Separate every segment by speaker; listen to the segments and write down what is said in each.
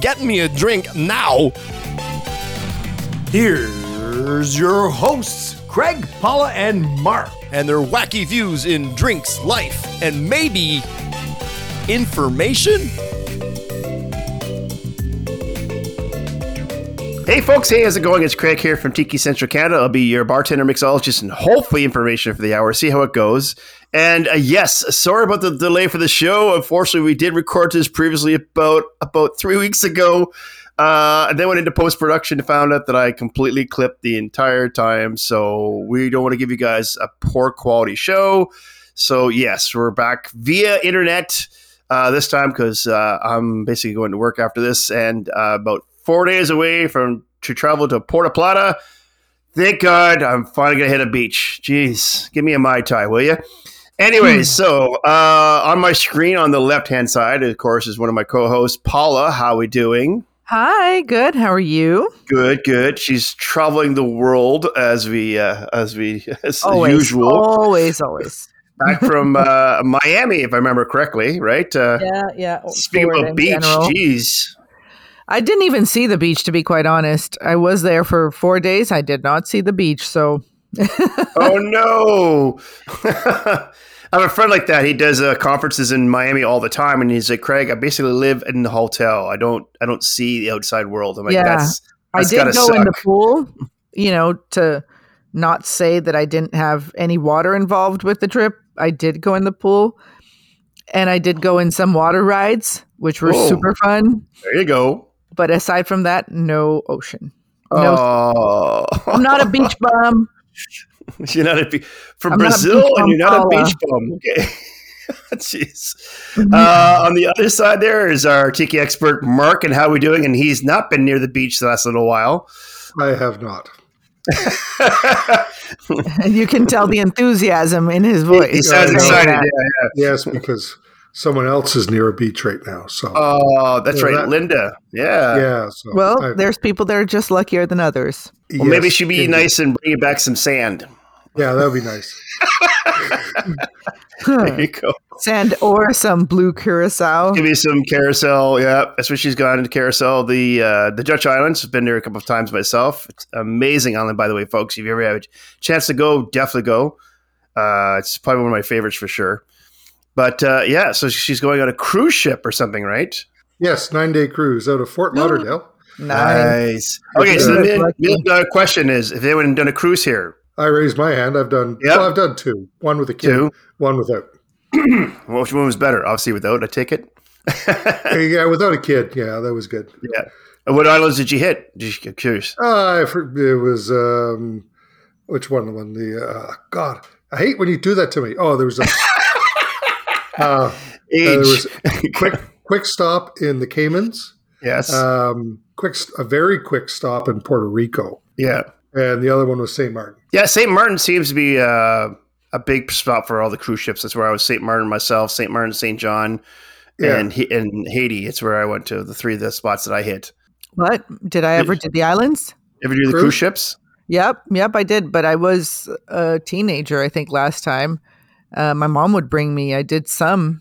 Speaker 1: get me a drink now!
Speaker 2: Here's your hosts, Craig, Paula, and Mark.
Speaker 1: and their wacky views in drinks, life, and maybe information?
Speaker 3: Hey folks, hey, how's it going? It's Craig here from Tiki Central Canada. I'll be your bartender, mixologist, and hopefully information for the hour. See how it goes. And uh, yes, sorry about the delay for the show. Unfortunately, we did record this previously about about three weeks ago, uh, and then went into post production and found out that I completely clipped the entire time. So we don't want to give you guys a poor quality show. So yes, we're back via internet uh, this time because uh, I'm basically going to work after this and uh, about four days away from to travel to Puerto Plata. Thank God I'm finally gonna hit a beach. Jeez, give me a mai tai, will you?
Speaker 4: Hmm.
Speaker 3: Anyways, so uh, on my screen on the left hand side, of course, is one of my co-hosts, Paula. How we doing?
Speaker 4: Hi, good. How are you?
Speaker 3: Good, good. She's traveling the world as we uh, as we as
Speaker 4: Always, Oh.
Speaker 3: usual.
Speaker 4: always, always.
Speaker 3: Back from uh, Miami, if I remember correctly, right? Uh,
Speaker 4: Yeah, yeah.
Speaker 3: Speaking
Speaker 4: Florida
Speaker 3: about
Speaker 4: in
Speaker 3: beach,
Speaker 4: general.
Speaker 3: jeez.
Speaker 4: I didn't even see the beach, to be quite honest. I was there for four days. I did not see the beach, so
Speaker 3: oh no i have a friend like that he does uh, conferences in miami all the time and he's like craig i basically live in the hotel i don't i don't see the outside world i'm like
Speaker 4: Yeah.
Speaker 3: that's,
Speaker 4: I
Speaker 3: that's
Speaker 4: did
Speaker 3: gotta
Speaker 4: go
Speaker 3: suck.
Speaker 4: in the pool, you know, to not say that I didn't have any water involved with the trip. I did go in the pool, and I did go in some water rides, which were
Speaker 3: Whoa.
Speaker 4: super fun.
Speaker 3: there you go
Speaker 4: But aside from that, no ocean. No,
Speaker 3: oh
Speaker 4: I'm not a beach bum.
Speaker 3: you're not a be- from
Speaker 4: I'm not a
Speaker 3: brazil
Speaker 4: beach bum,
Speaker 3: and you're not a
Speaker 4: Paula.
Speaker 3: beach bum okay Jeez.
Speaker 4: Mm-hmm.
Speaker 3: Uh, on the other side, there is our tiki expert Mark, and how we doing? And he's not been near the beach the last little while.
Speaker 2: I have not.
Speaker 4: you can tell the enthusiasm in his voice.
Speaker 3: he sounds
Speaker 2: Yeah.
Speaker 3: excited. yeah.
Speaker 2: Yes, because someone else is near a beach right now. So,
Speaker 3: Oh, that's
Speaker 2: Yeah,
Speaker 3: right,
Speaker 2: that-
Speaker 3: Linda. Yeah.
Speaker 2: yeah. So
Speaker 4: Well,
Speaker 2: I-
Speaker 4: there's people that are just luckier than others.
Speaker 3: Well, maybe
Speaker 2: yes,
Speaker 3: she'd be
Speaker 2: indeed.
Speaker 3: nice and bring you back some sand.
Speaker 2: Yeah, that would be nice.
Speaker 4: Hmm.
Speaker 3: There you go.
Speaker 4: Sand or some blue curacao.
Speaker 3: Give me some carousel. Yeah, that's where she's gone into carousel. The uh, the Dutch Islands. I've been there a couple of times myself. It's an amazing island, by the way, folks. If you ever have a chance to go, definitely go. Uh, it's probably one of my favorites for sure. But uh, yeah, so she's going on a cruise ship or something, right?
Speaker 2: Yes, nine day cruise out of Fort Lauderdale.
Speaker 4: Nice.
Speaker 3: Uh, Okay, so the
Speaker 4: Yeah.
Speaker 3: million- million dollar question is: If anyone done a cruise here,
Speaker 2: I raised my hand. I've done.
Speaker 3: Yep.
Speaker 2: Well, I've done two. One with a kid.
Speaker 3: Two.
Speaker 2: One without.
Speaker 3: which one was better? Obviously, without a ticket.
Speaker 2: Uh, yeah, without a kid. Yeah, that was good.
Speaker 3: Yeah. And What islands did you hit? Just curious.
Speaker 2: Uh, I for- it was um, which one? The one the uh, God. I hate when you do that to me. Oh, there was a uh, there
Speaker 3: Age.
Speaker 2: was quick quick stop in the Caymans.
Speaker 3: yes.
Speaker 2: Um, quick, st- a very quick stop in Puerto Rico,
Speaker 3: yeah.
Speaker 2: and the other one was Saint Martin.
Speaker 3: Yeah. St. Martin seems to be uh, a big spot for all the cruise ships. That's where I was. St. Martin myself, St. Martin, St. John,
Speaker 2: Yeah.
Speaker 3: and he, and Haiti. It's where I went to. The three of the spots that I hit.
Speaker 4: What? Did I ever do the islands?
Speaker 3: Ever do the
Speaker 2: Cruise?
Speaker 3: cruise ships?
Speaker 4: Yep. Yep, I did. But I was a teenager, I think, last time. Uh, my mom would bring me. I did some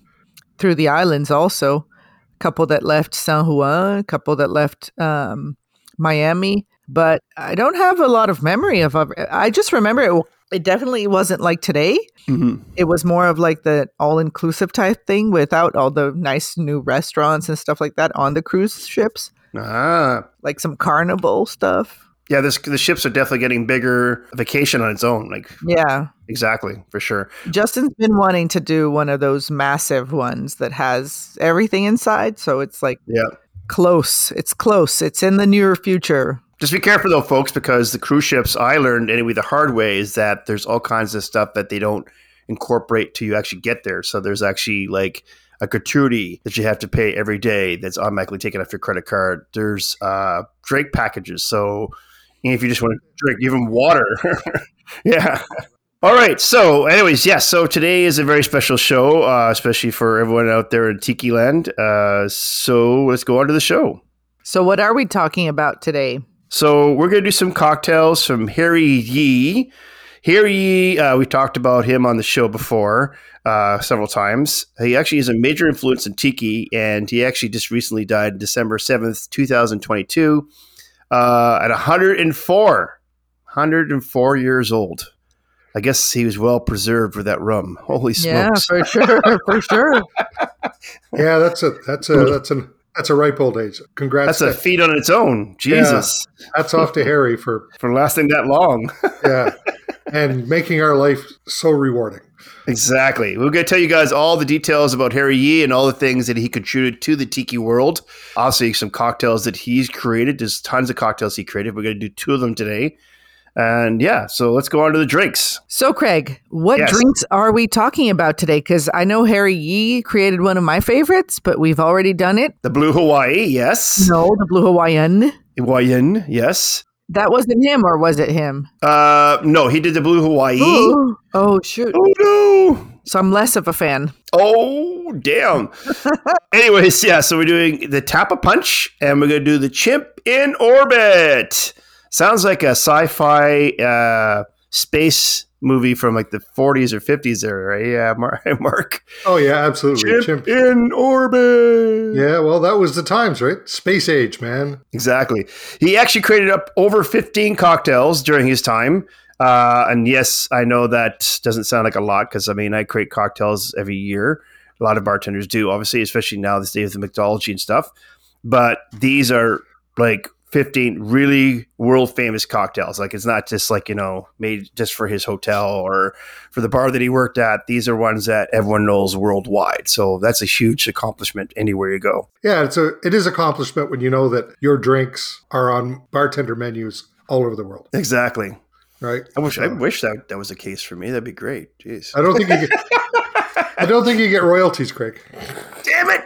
Speaker 4: through the islands also. A couple that left San Juan, a couple that left um, Miami. But I don't have a lot of memory of. of- I just remember it, it definitely wasn't like today.
Speaker 3: Mm-hmm.
Speaker 4: it was more of like the all inclusive type thing without all the nice new restaurants and stuff like that on the cruise ships,
Speaker 3: Ah.
Speaker 4: like some carnival stuff.
Speaker 3: Yeah, this, the ships are definitely getting bigger. Vacation on its own, like
Speaker 4: Yeah.
Speaker 3: exactly for sure.
Speaker 4: Justin's been wanting to do one of those massive ones that has everything inside. So it's like
Speaker 3: Yeah,
Speaker 4: close. It's close. It's in the near future.
Speaker 3: Just be careful though, folks, because the cruise ships I learned anyway the hard way is that there's all kinds of stuff that they don't incorporate till you actually get there. So there's actually like a gratuity that you have to pay every day that's automatically taken off your credit card. There's uh, drink packages. So if you just want to drink, give them water. yeah. All right. So, anyways, yes. so today is a very special show, uh, especially for everyone out there in Tiki Land. Uh, so let's go on to the show.
Speaker 4: So, what are we talking about today?
Speaker 3: So we're going to do some cocktails from Harry Yee. Harry Yee, uh, we talked about him on the show before uh, several times. He actually is a major influence in tiki, and he actually just recently died December 7th, 2022, uh, at 104. 104 years old. I guess he was well preserved with that rum. Holy smokes.
Speaker 4: Yeah, for sure, for sure.
Speaker 2: Yeah, that's a that's a that's an that's a ripe old age. Congrats.
Speaker 3: That's a feat on its own. Jesus.
Speaker 2: That's off to Harry for
Speaker 3: For lasting that long.
Speaker 2: yeah, and making our life so rewarding.
Speaker 3: Exactly. We're going to tell you guys all the details about Harry Yee and all the things that he contributed to the tiki world. Also, some cocktails that he's created. There's tons of cocktails he created. We're going to do two of them today. And yeah, so let's go on to the drinks.
Speaker 4: So, Craig, what
Speaker 3: Yes.
Speaker 4: drinks are we talking about today? Because I know Harry Yee created one of my favorites, but we've already done it.
Speaker 3: The Blue Hawaii, yes.
Speaker 4: No, the Blue Hawaiian.
Speaker 3: Hawaiian, yes.
Speaker 4: That wasn't him, or was it him?
Speaker 3: Uh, no, he did the Blue Hawaii.
Speaker 4: Ooh. Oh, shoot.
Speaker 3: Oh, no.
Speaker 4: So, I'm less of a fan.
Speaker 3: Oh, damn. Anyways, yeah, so we're doing the Tapa Punch and we're going to do the Chimp in Orbit. Sounds like a sci fi uh, space movie from like the 40s or 50s there, right? Yeah, Mar- Mark.
Speaker 2: Oh yeah, absolutely.
Speaker 3: Chimp,
Speaker 2: Chimp.
Speaker 3: in Orbit.
Speaker 2: Yeah, well, that was the times, right? Space age, man.
Speaker 3: Exactly. He actually created up over 15 cocktails during his time. Uh, and yes, I know that doesn't sound like a lot because I mean, I create cocktails every year. A lot of bartenders do, obviously, especially now, this day of the mixology and stuff. But these are like 15 really world famous cocktails. Like, it's not just like, you know, made just for his hotel or for the bar that he worked at. These are ones that everyone knows worldwide. So that's a huge accomplishment anywhere you go.
Speaker 2: Yeah, it's a it is accomplishment when you know that your drinks are on bartender menus all over the world,
Speaker 3: Exactly.
Speaker 2: right?
Speaker 3: I wish I wish that that was the case for me. That'd be great. Jeez.
Speaker 2: I don't think you get, I don't think you get royalties, Craig.
Speaker 3: Damn it.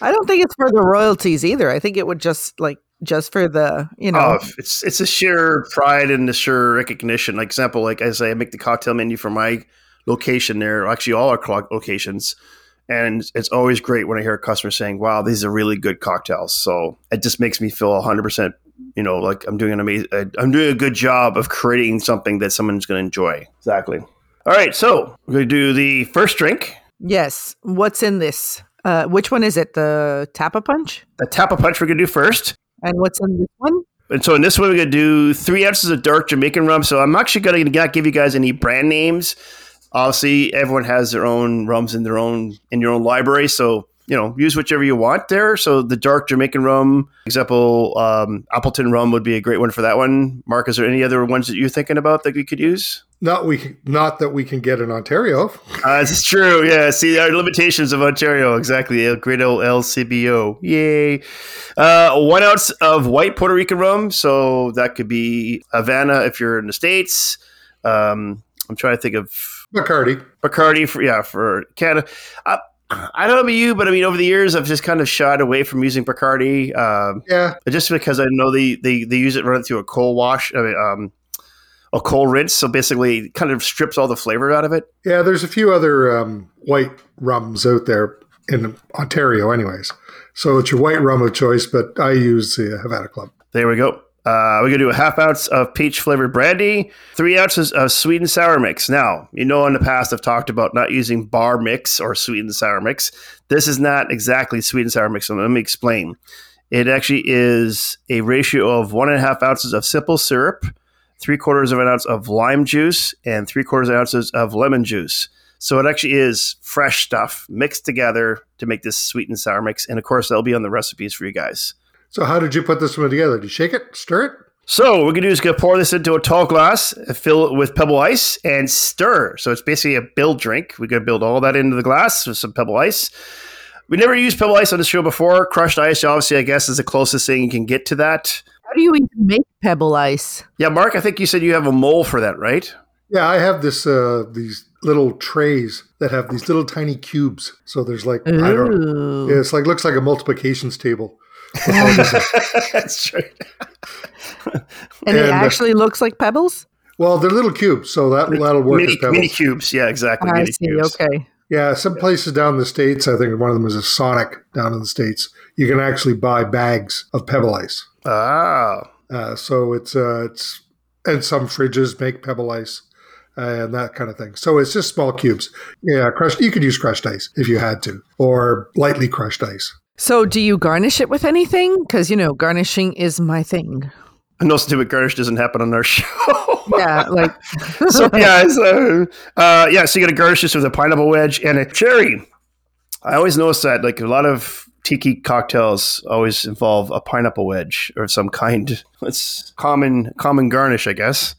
Speaker 4: I don't think it's for the royalties either. I think it would just like, just for the, you know.
Speaker 3: Oh, it's it's a sheer pride and the sheer recognition. Like example, like I say, I make the cocktail menu for my location there, or actually all our clo- locations, and it's always great when I hear a customer saying, "Wow, these are really good cocktails." So it just makes me feel hundred percent. You know, like I'm doing an amazing, I'm doing a good job of creating something that someone's going to enjoy. Exactly. All right, so we're going to do the first drink.
Speaker 4: Yes. What's in this? Uh, which one is it? The Tapa Punch?
Speaker 3: The tap of punch we're going to do first.
Speaker 4: And what's in this one?
Speaker 3: And so in this one, we're going to do three ounces of dark Jamaican rum. So I'm actually going to not give you guys any brand names. Obviously, everyone has their own rums in their own in your own library. So you know, use whichever you want there. So the dark Jamaican rum, example, um, Appleton rum would be a great one for that one. Mark, is there any other ones that you're thinking about that we could use?
Speaker 2: Not we not that we can get in Ontario.
Speaker 3: Uh, this is true. Yeah. See, our limitations of Ontario. Exactly. El great old LCBO. Yay. Uh, one ounce of white Puerto Rican rum. So that could be Havana if you're in the States. Um, I'm trying to think of
Speaker 2: McCarty.
Speaker 3: Bacardi for, yeah, for Canada. I, I don't know about you, but I mean, over the years, I've just kind of shied away from using Bacardi. Um,
Speaker 2: Yeah.
Speaker 3: but just because I know they they, they use it running through a coal wash, I mean, um, a coal rinse. So basically, it kind of strips all the flavor out of it.
Speaker 2: Yeah, there's a few other um, white rums out there in Ontario anyways. So it's your white rum of choice, but I use the Havana Club.
Speaker 3: There we go. Uh, we're gonna do a half ounce of peach flavored brandy, three ounces of sweet and sour mix. Now, you know, in the past I've talked about not using bar mix or sweet and sour mix. This is not exactly sweet and sour mix. So let me explain. It actually is a ratio of one and a half ounces of simple syrup, three quarters of an ounce of lime juice, and three quarters of ounces of lemon juice. So it actually is fresh stuff mixed together to make this sweet and sour mix. And of course, that'll be on the recipes for you guys.
Speaker 2: So how did you put this one together? Did you shake it? Stir it?
Speaker 3: So what we're gonna do is gonna pour this into a tall glass, fill it with pebble ice, and stir. So it's basically a build drink. We're gonna build all that into the glass with some pebble ice. We never used pebble ice on the show before. Crushed ice, obviously, I guess, is the closest thing you can get to that.
Speaker 4: How do you even make pebble ice?
Speaker 3: Yeah, Mark, I think you said you have a mole for that, right?
Speaker 2: Yeah, I have this uh these little trays that have these little tiny cubes. So there's like I don't know.
Speaker 4: Ooh.
Speaker 2: Yeah, it's like looks like a multiplications table.
Speaker 3: That's true.
Speaker 4: and it
Speaker 2: and, uh,
Speaker 4: actually looks like pebbles.
Speaker 2: Well, they're little cubes, so that that'll work
Speaker 3: mini,
Speaker 2: as pebbles.
Speaker 3: mini cubes. Yeah, exactly.
Speaker 4: I
Speaker 3: mini
Speaker 4: see.
Speaker 3: cubes.
Speaker 4: Okay.
Speaker 2: Yeah, some places down in the states, I think one of them is a Sonic down in the states. You can actually buy bags of pebble ice.
Speaker 3: Ah,
Speaker 2: Uh, so it's uh, it's and some fridges make pebble ice uh, and that kind of thing. So it's just small cubes. Yeah, crushed. You could use crushed ice if you had to, or lightly crushed ice.
Speaker 4: So, do you garnish it with anything? Because you know, garnishing is my thing.
Speaker 3: no stupid garnish doesn't happen on our show.
Speaker 4: Yeah, like
Speaker 3: so yeah, so, uh, yeah. So you got to garnish this with a pineapple wedge and a cherry. I always notice that, like a lot of tiki cocktails, always involve a pineapple wedge or some kind. It's common, common garnish, I guess.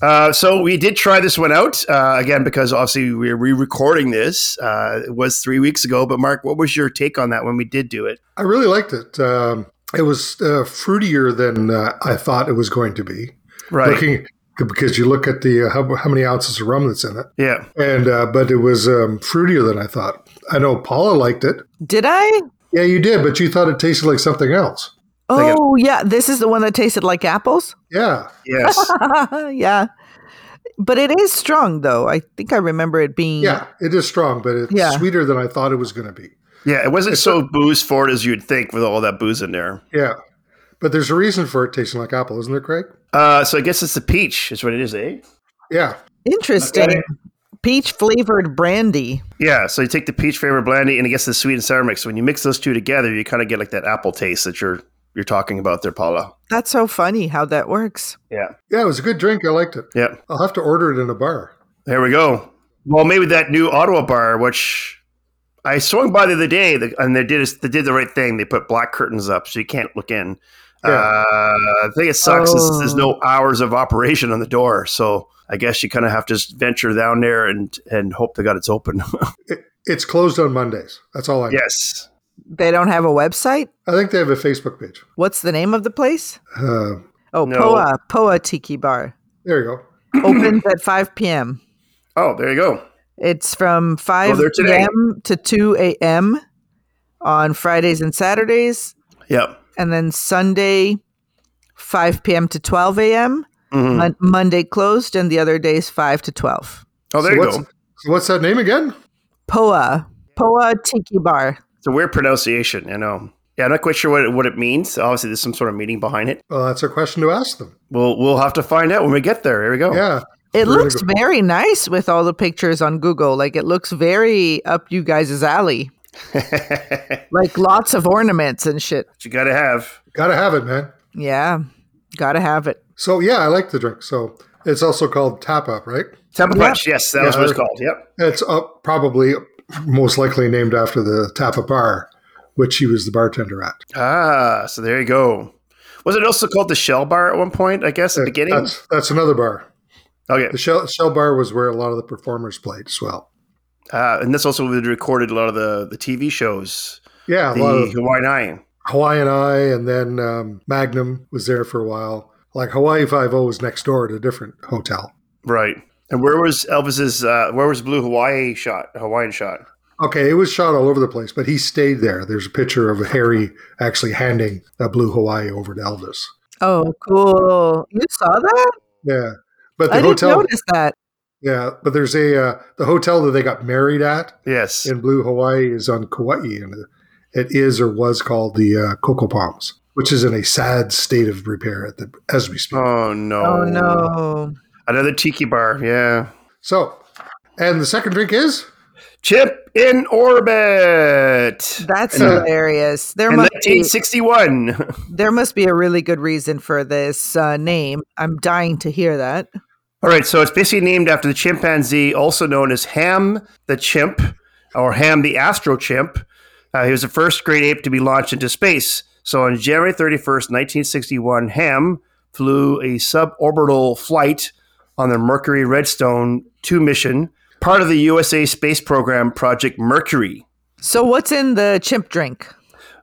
Speaker 3: Uh, so we did try this one out uh, again because obviously we we're re-recording this. Uh, it was three weeks ago, but Mark, what was your take on that when we did do it?
Speaker 2: I really liked it. Um, it was uh, fruitier than uh, I thought it was going to be. Looking because you look at the uh, how, how many ounces of rum that's in it,
Speaker 3: Yeah.
Speaker 2: and uh, but it was um, fruitier than I thought. I know Paula liked it.
Speaker 4: did I?
Speaker 2: Yeah, you did, but you thought it tasted like something else.
Speaker 3: Like
Speaker 4: Oh yeah, this is the one that tasted like apples.
Speaker 2: Yeah,
Speaker 3: Yes.
Speaker 4: yeah, but it is strong though. I think I remember it being.
Speaker 2: yeah, it is strong, but it's
Speaker 4: Yeah.
Speaker 2: sweeter than I thought it was going to be.
Speaker 3: yeah. It wasn't so booze forward as you'd think with all that booze in there.
Speaker 2: Yeah, but there's a reason for it tasting like apple, isn't there, Craig?
Speaker 3: Uh, so I guess it's the peach, is what it is, eh?
Speaker 2: Yeah,
Speaker 4: interesting. Peach flavored brandy.
Speaker 3: Yeah. So you take the peach flavor brandy and it gets the sweet and sour mix. When you mix those two together, you kind of get like that apple taste that you're you're talking about there, Paula.
Speaker 4: That's so funny how that works.
Speaker 3: Yeah.
Speaker 2: yeah, it was a good drink. I liked it.
Speaker 3: Yeah.
Speaker 2: I'll have to order it in a bar.
Speaker 3: There we go. Well, maybe that new Ottawa bar, which I swung by the other day, the- and they did they did the right thing. They put black curtains up so you can't look in.
Speaker 2: Yeah.
Speaker 3: Uh, I think it sucks. is There's
Speaker 4: Oh.
Speaker 3: no hours of operation on the door, so I guess you kind of have to just venture down there and and hope they got it's open.
Speaker 2: It's closed on Mondays. That's all I. know.
Speaker 3: yes.
Speaker 4: They don't have a website.
Speaker 2: I think they have a Facebook page.
Speaker 4: What's the name of the place?
Speaker 2: Uh,
Speaker 4: Oh,
Speaker 3: No.
Speaker 4: Poa Poa Tiki Bar
Speaker 2: there you go.
Speaker 4: opens at 5 p.m.
Speaker 3: Oh, there you go.
Speaker 4: It's from 5
Speaker 3: there Oh, today.
Speaker 4: p.m. to 2 a.m. on Fridays and Saturdays,
Speaker 3: Yep.
Speaker 4: and then Sunday 5 p.m. to 12 a.m.
Speaker 3: Mm-hmm.
Speaker 4: Mon- Monday closed, and the other days 5 to 12.
Speaker 3: Oh, there
Speaker 2: so
Speaker 3: you
Speaker 2: what's,
Speaker 3: go.
Speaker 2: So what's that name again?
Speaker 4: Poa Poa Tiki Bar.
Speaker 3: It's a weird pronunciation, I know. Yeah, I'm not quite sure what it, what it means. Obviously, there's some sort of meaning behind it.
Speaker 2: Well, that's a question to ask them.
Speaker 3: We'll we'll have to find out when we get there. Here we go.
Speaker 2: Yeah,
Speaker 4: It
Speaker 2: Really
Speaker 4: looks
Speaker 2: good.
Speaker 4: very nice with all the pictures on Google. Like it looks very up you guys' alley. like lots of ornaments and shit.
Speaker 3: What you got to have.
Speaker 2: gotta have it, man.
Speaker 4: Yeah. Gotta have it.
Speaker 2: So yeah, I like the drink. So it's also called Tap Up, right?
Speaker 3: Tampa Punch, yes, that was what it's
Speaker 2: there-
Speaker 3: called. Yep.
Speaker 2: It's up probably most likely named after the Tapa Bar, which he was the bartender at.
Speaker 3: Ah, so there you go. Was it also called the Shell Bar at one point? I guess at the beginning.
Speaker 2: That's that's another bar.
Speaker 3: okay.
Speaker 2: The Shell, Shell Bar was where a lot of the performers played as well.
Speaker 3: Uh, and this also would recorded a lot of the the TV shows,
Speaker 2: Yeah, a lot
Speaker 3: the
Speaker 2: of
Speaker 3: Hawaiian Eye.
Speaker 2: Hawaiian Eye, and then um, Magnum was there for a while. Like Hawaii Five O was next door at a different hotel.
Speaker 3: Right. And where was Elvis's? Uh, where was Blue Hawaii shot? Hawaiian shot.
Speaker 2: Okay, it was shot all over the place, but he stayed there. There's a picture of Harry actually handing that blue Hawaii over to Elvis.
Speaker 4: Oh, cool. You saw that?
Speaker 2: Yeah, but the
Speaker 4: I didn't
Speaker 2: hotel.
Speaker 4: notice that.
Speaker 2: Yeah, but there's a uh, the hotel that they got married at
Speaker 3: Yes.
Speaker 2: in Blue Hawaii is on Kauai, and it is or was called the uh, Cocoa Palms, which is in a sad state of repair at the, as we speak.
Speaker 3: Oh no.
Speaker 4: Oh, no.
Speaker 3: Another tiki bar. Yeah.
Speaker 2: So, and the second drink is
Speaker 3: Chip in orbit.
Speaker 4: That's
Speaker 2: Yeah.
Speaker 4: hilarious. There
Speaker 3: in
Speaker 4: must be
Speaker 3: 1961.
Speaker 4: there must be a really good reason for this uh, name. I'm dying to hear that.
Speaker 3: All right, so it's basically named after the chimpanzee, also known as Ham the chimp or Ham the astro chimp. Uh, he was the first great ape to be launched into space. So on January 31st, 1961, Ham flew a suborbital flight on the Mercury Redstone 2 mission, part of the USA space program Project Mercury.
Speaker 4: So what's in the chimp drink?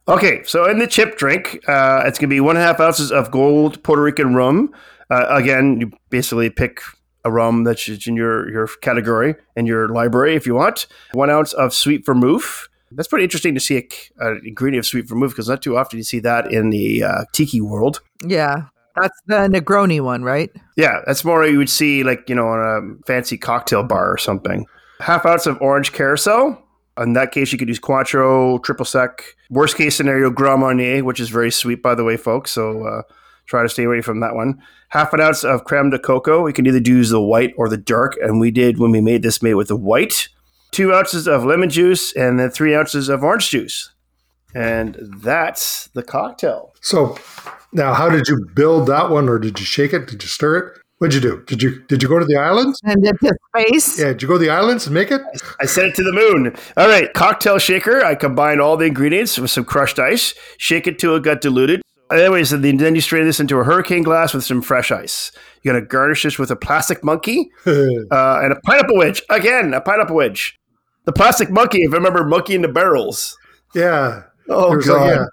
Speaker 3: Okay, so in the chip drink, uh, it's going to be one and a half ounces of gold Puerto Rican rum. Uh, again, you basically pick a rum that's in your, your category and your library if you want. One ounce of sweet vermouth. That's pretty interesting to see a, c- a ingredient of sweet vermouth because not too often you see that in the uh, tiki world.
Speaker 4: Yeah. That's the Negroni one, right?
Speaker 3: Yeah, that's more you would see like you know on a fancy cocktail bar or something. Half ounce of orange carousel. In that case, you could use Cointreau, triple sec. Worst case scenario, Grand Marnier, which is very sweet, by the way, folks. So uh, try to stay away from that one. Half an ounce of creme de coco. You can either use the white or the dark, and we did when we made this, made with the white. Two ounces of lemon juice, and then three ounces of orange juice, and that's the cocktail.
Speaker 2: So now, how did you build that one, or did you shake it? Did you stir it? What'd you do? Did you did you go to the islands?
Speaker 4: And then the space.
Speaker 2: Yeah, did you go to the islands and make it?
Speaker 3: I sent it to the moon. All right, cocktail shaker. I combine all the ingredients with some crushed ice, shake it till it got diluted. Anyways, so then then you strain this into a hurricane glass with some fresh ice. You're gonna garnish this with a plastic monkey uh, and a pineapple wedge. Again, a pineapple wedge. The plastic monkey, if I remember, monkey in the barrels.
Speaker 2: yeah.
Speaker 3: Oh
Speaker 2: There was a-
Speaker 3: god.
Speaker 2: yeah. uh,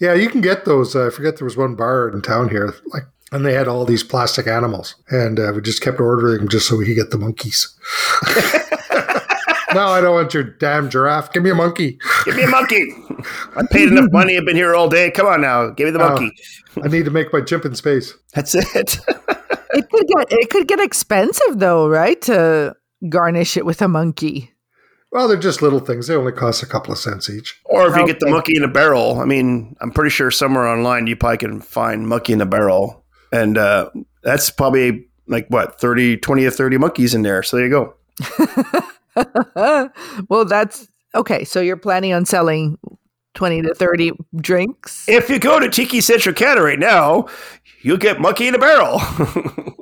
Speaker 2: Yeah, you can get those. Uh, I forget there was one bar in town here, like, and they had all these plastic animals, and uh, we just kept ordering them just so we could get the monkeys. no, I don't want your damn giraffe. Give me a monkey.
Speaker 3: Give me a monkey. I paid enough money. I've been here all day. Come on now, give me the
Speaker 2: Oh.
Speaker 3: monkey.
Speaker 2: I need to make my chimp in space.
Speaker 3: That's it.
Speaker 4: It could get it could get expensive though, right? To garnish it with a monkey.
Speaker 2: Well, they're just little things. They only cost a couple of cents each.
Speaker 3: or if you get the
Speaker 4: Okay.
Speaker 3: monkey in a barrel, I mean, I'm pretty sure somewhere online you probably can find monkey in a barrel. And uh, that's probably like what, 30, 20 or 30 monkeys in there. So there you go.
Speaker 4: well, that's okay. So you're planning on selling twenty to thirty drinks.
Speaker 3: If you go to Tiki Central Canada right now, you'll get monkey in a barrel.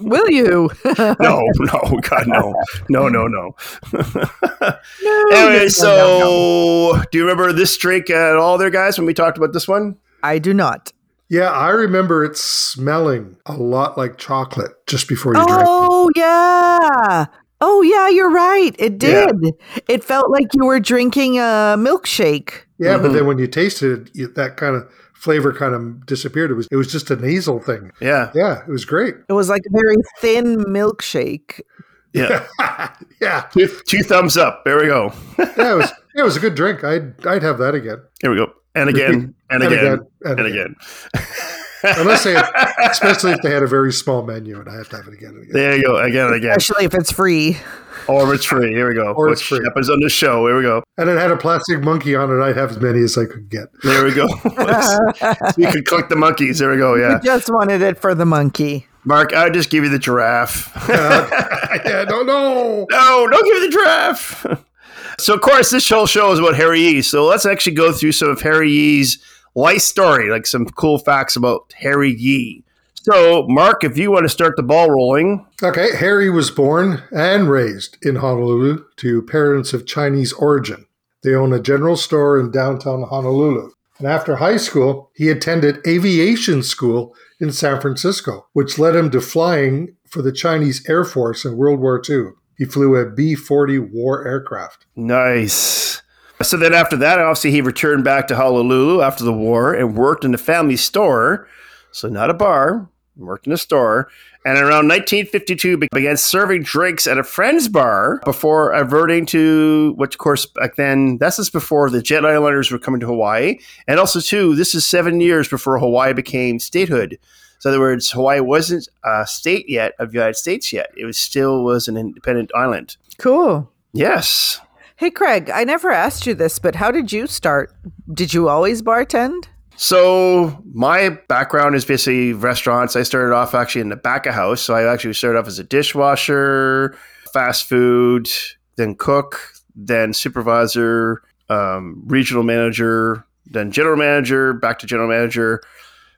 Speaker 4: Will you? no.
Speaker 3: no, no, God, no. No, no, no.
Speaker 4: you-
Speaker 3: Anyway,
Speaker 4: no, no, no.
Speaker 3: so do you remember this drink at all there, guys, when we talked about this one?
Speaker 4: I do not.
Speaker 2: Yeah, I remember it smelling a lot like chocolate just before you drink it.
Speaker 4: Oh yeah. Oh yeah, you're right. It
Speaker 3: Yeah.
Speaker 4: did. It felt like you were drinking a milkshake.
Speaker 2: Yeah,
Speaker 3: Mm-hmm.
Speaker 2: but then when you tasted it, you- that kind of flavor kind of disappeared. It was it was just a nasal thing.
Speaker 3: Yeah.
Speaker 2: Yeah, it was great.
Speaker 4: It was like a very thin milkshake.
Speaker 3: Yeah.
Speaker 2: yeah,
Speaker 3: two, two thumbs up. There we go.
Speaker 2: yeah, it was yeah, it was a good drink. I'd I'd have that again.
Speaker 3: Here we go. And
Speaker 2: Repeat.
Speaker 3: again, and
Speaker 2: And
Speaker 3: again,
Speaker 2: again, and
Speaker 3: and again.
Speaker 2: Unless they, especially if they had a very small menu, and I have to have it again. And again.
Speaker 3: There you go. Again and again.
Speaker 4: Especially if it's free.
Speaker 3: Or it's free. Here we go.
Speaker 2: Or it's
Speaker 3: Which
Speaker 2: free.
Speaker 3: happens on the show. Here we go.
Speaker 2: And it had a plastic monkey on it. I'd have as many as I could get.
Speaker 3: There we go. So you could click the monkeys. There we go. Yeah.
Speaker 4: You just wanted it for the monkey.
Speaker 3: Mark, I'll just give you the giraffe.
Speaker 2: yeah, no, no.
Speaker 3: no, don't give me the giraffe. so, of course, this whole show is about Harry Yee. So, let's actually go through some of Harry Yee's life story, like some cool facts about Harry Yee. So, Mark, if you want to start the ball rolling,
Speaker 2: Okay, Harry was born and raised in Honolulu to parents of Chinese origin. They own a general store in downtown Honolulu. And after high school, he attended aviation school in San Francisco, which led him to flying for the Chinese Air Force in World War II. He flew a B 40 war aircraft.
Speaker 3: Nice. So then after that, obviously he returned back to Honolulu after the war and worked in the family store. So not a bar, worked in a store. And around 1952 be- began serving drinks at a friend's bar before averting to, which of course back then, that's just before the jet Islanders were coming to Hawaii. And also too, this is seven years before Hawaii became statehood. So in other words, Hawaii wasn't a state yet of the United States yet. It was still was an independent island.
Speaker 4: Cool.
Speaker 3: Yes.
Speaker 4: Hey, Craig, I never asked you this, but how did you start? Did you always bartend?
Speaker 3: So my background is basically restaurants. I started off actually in the back of house. So I actually started off as a dishwasher, fast food, then cook, then supervisor, um, regional manager, then general manager, back to general manager.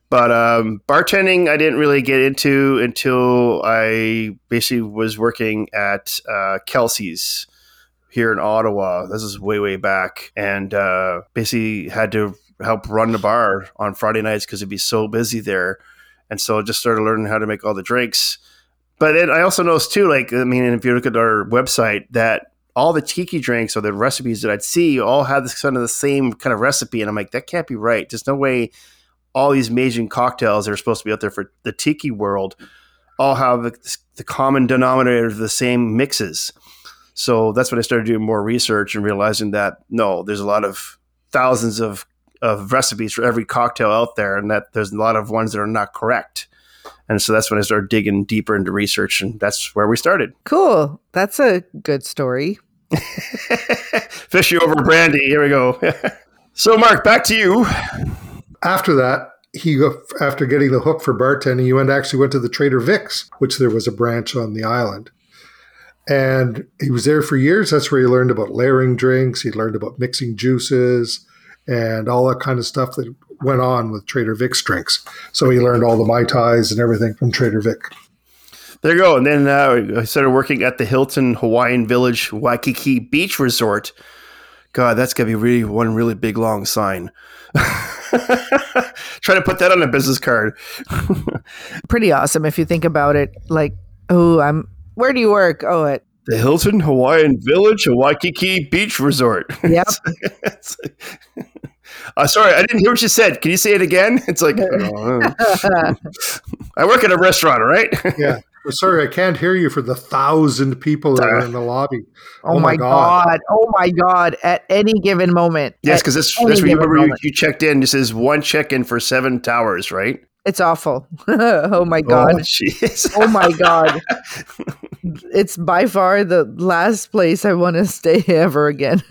Speaker 3: But um, bartending, I didn't really get into until I basically was working at uh, Kelsey's here in Ottawa. This is way, way back. And uh, basically had to help run the bar on Friday nights because it'd be so busy there. And so I just started learning how to make all the drinks. But then I also noticed too, like, I mean, if you look at our website, that all the tiki drinks or the recipes that I'd see all had this kind of the same kind of recipe. And I'm like, that can't be right. There's no way all these amazing cocktails that are supposed to be out there for the tiki world all have the, the common denominator of the same mixes. So that's when I started doing more research and realizing that no, there's a lot of thousands of, of recipes for every cocktail out there, and that there's a lot of ones that are not correct. And so that's when I started digging deeper into research, and that's where we started.
Speaker 4: Cool. That's a good story.
Speaker 3: Fishy over brandy. Here we go. so, Mark, back to you.
Speaker 2: After that, he go- after getting the hook for bartending, he went actually went to the Trader Vic's, which there was a branch on the island. And he was there for years. That's where he learned about layering drinks. He learned about mixing juices and all that kind of stuff that went on with Trader Vic's drinks. So he learned all the Mai Tais and everything from Trader Vic.
Speaker 3: There you go. And then uh, I started working at the Hilton Hawaiian Village Waikiki Beach Resort. God, that's gonna be really one really big long sign. Try to put that on a business card.
Speaker 4: Pretty awesome if you think about it. Like, oh, I'm. Where do you work? Oh, at
Speaker 3: The Hilton Hawaiian Village Waikiki Beach Resort.
Speaker 4: Yep.
Speaker 3: It's- it's- uh, sorry, I didn't hear what you said. Can you say it again? It's like uh, I work at a restaurant, all right?
Speaker 2: Yeah. Well, sorry, I can't hear you for the thousand people that are in the lobby.
Speaker 4: Ah. Oh, my god. Oh my god! At any given moment.
Speaker 3: yes,
Speaker 4: At
Speaker 3: because that's,
Speaker 4: any
Speaker 3: that's where you
Speaker 4: given
Speaker 3: remember you,
Speaker 4: moment.
Speaker 3: you checked in. This is one check in for seven towers, right?
Speaker 4: it's awful. oh my god.
Speaker 3: Oh, jeez.
Speaker 4: Oh my god. it's by far the last place I want to stay ever again.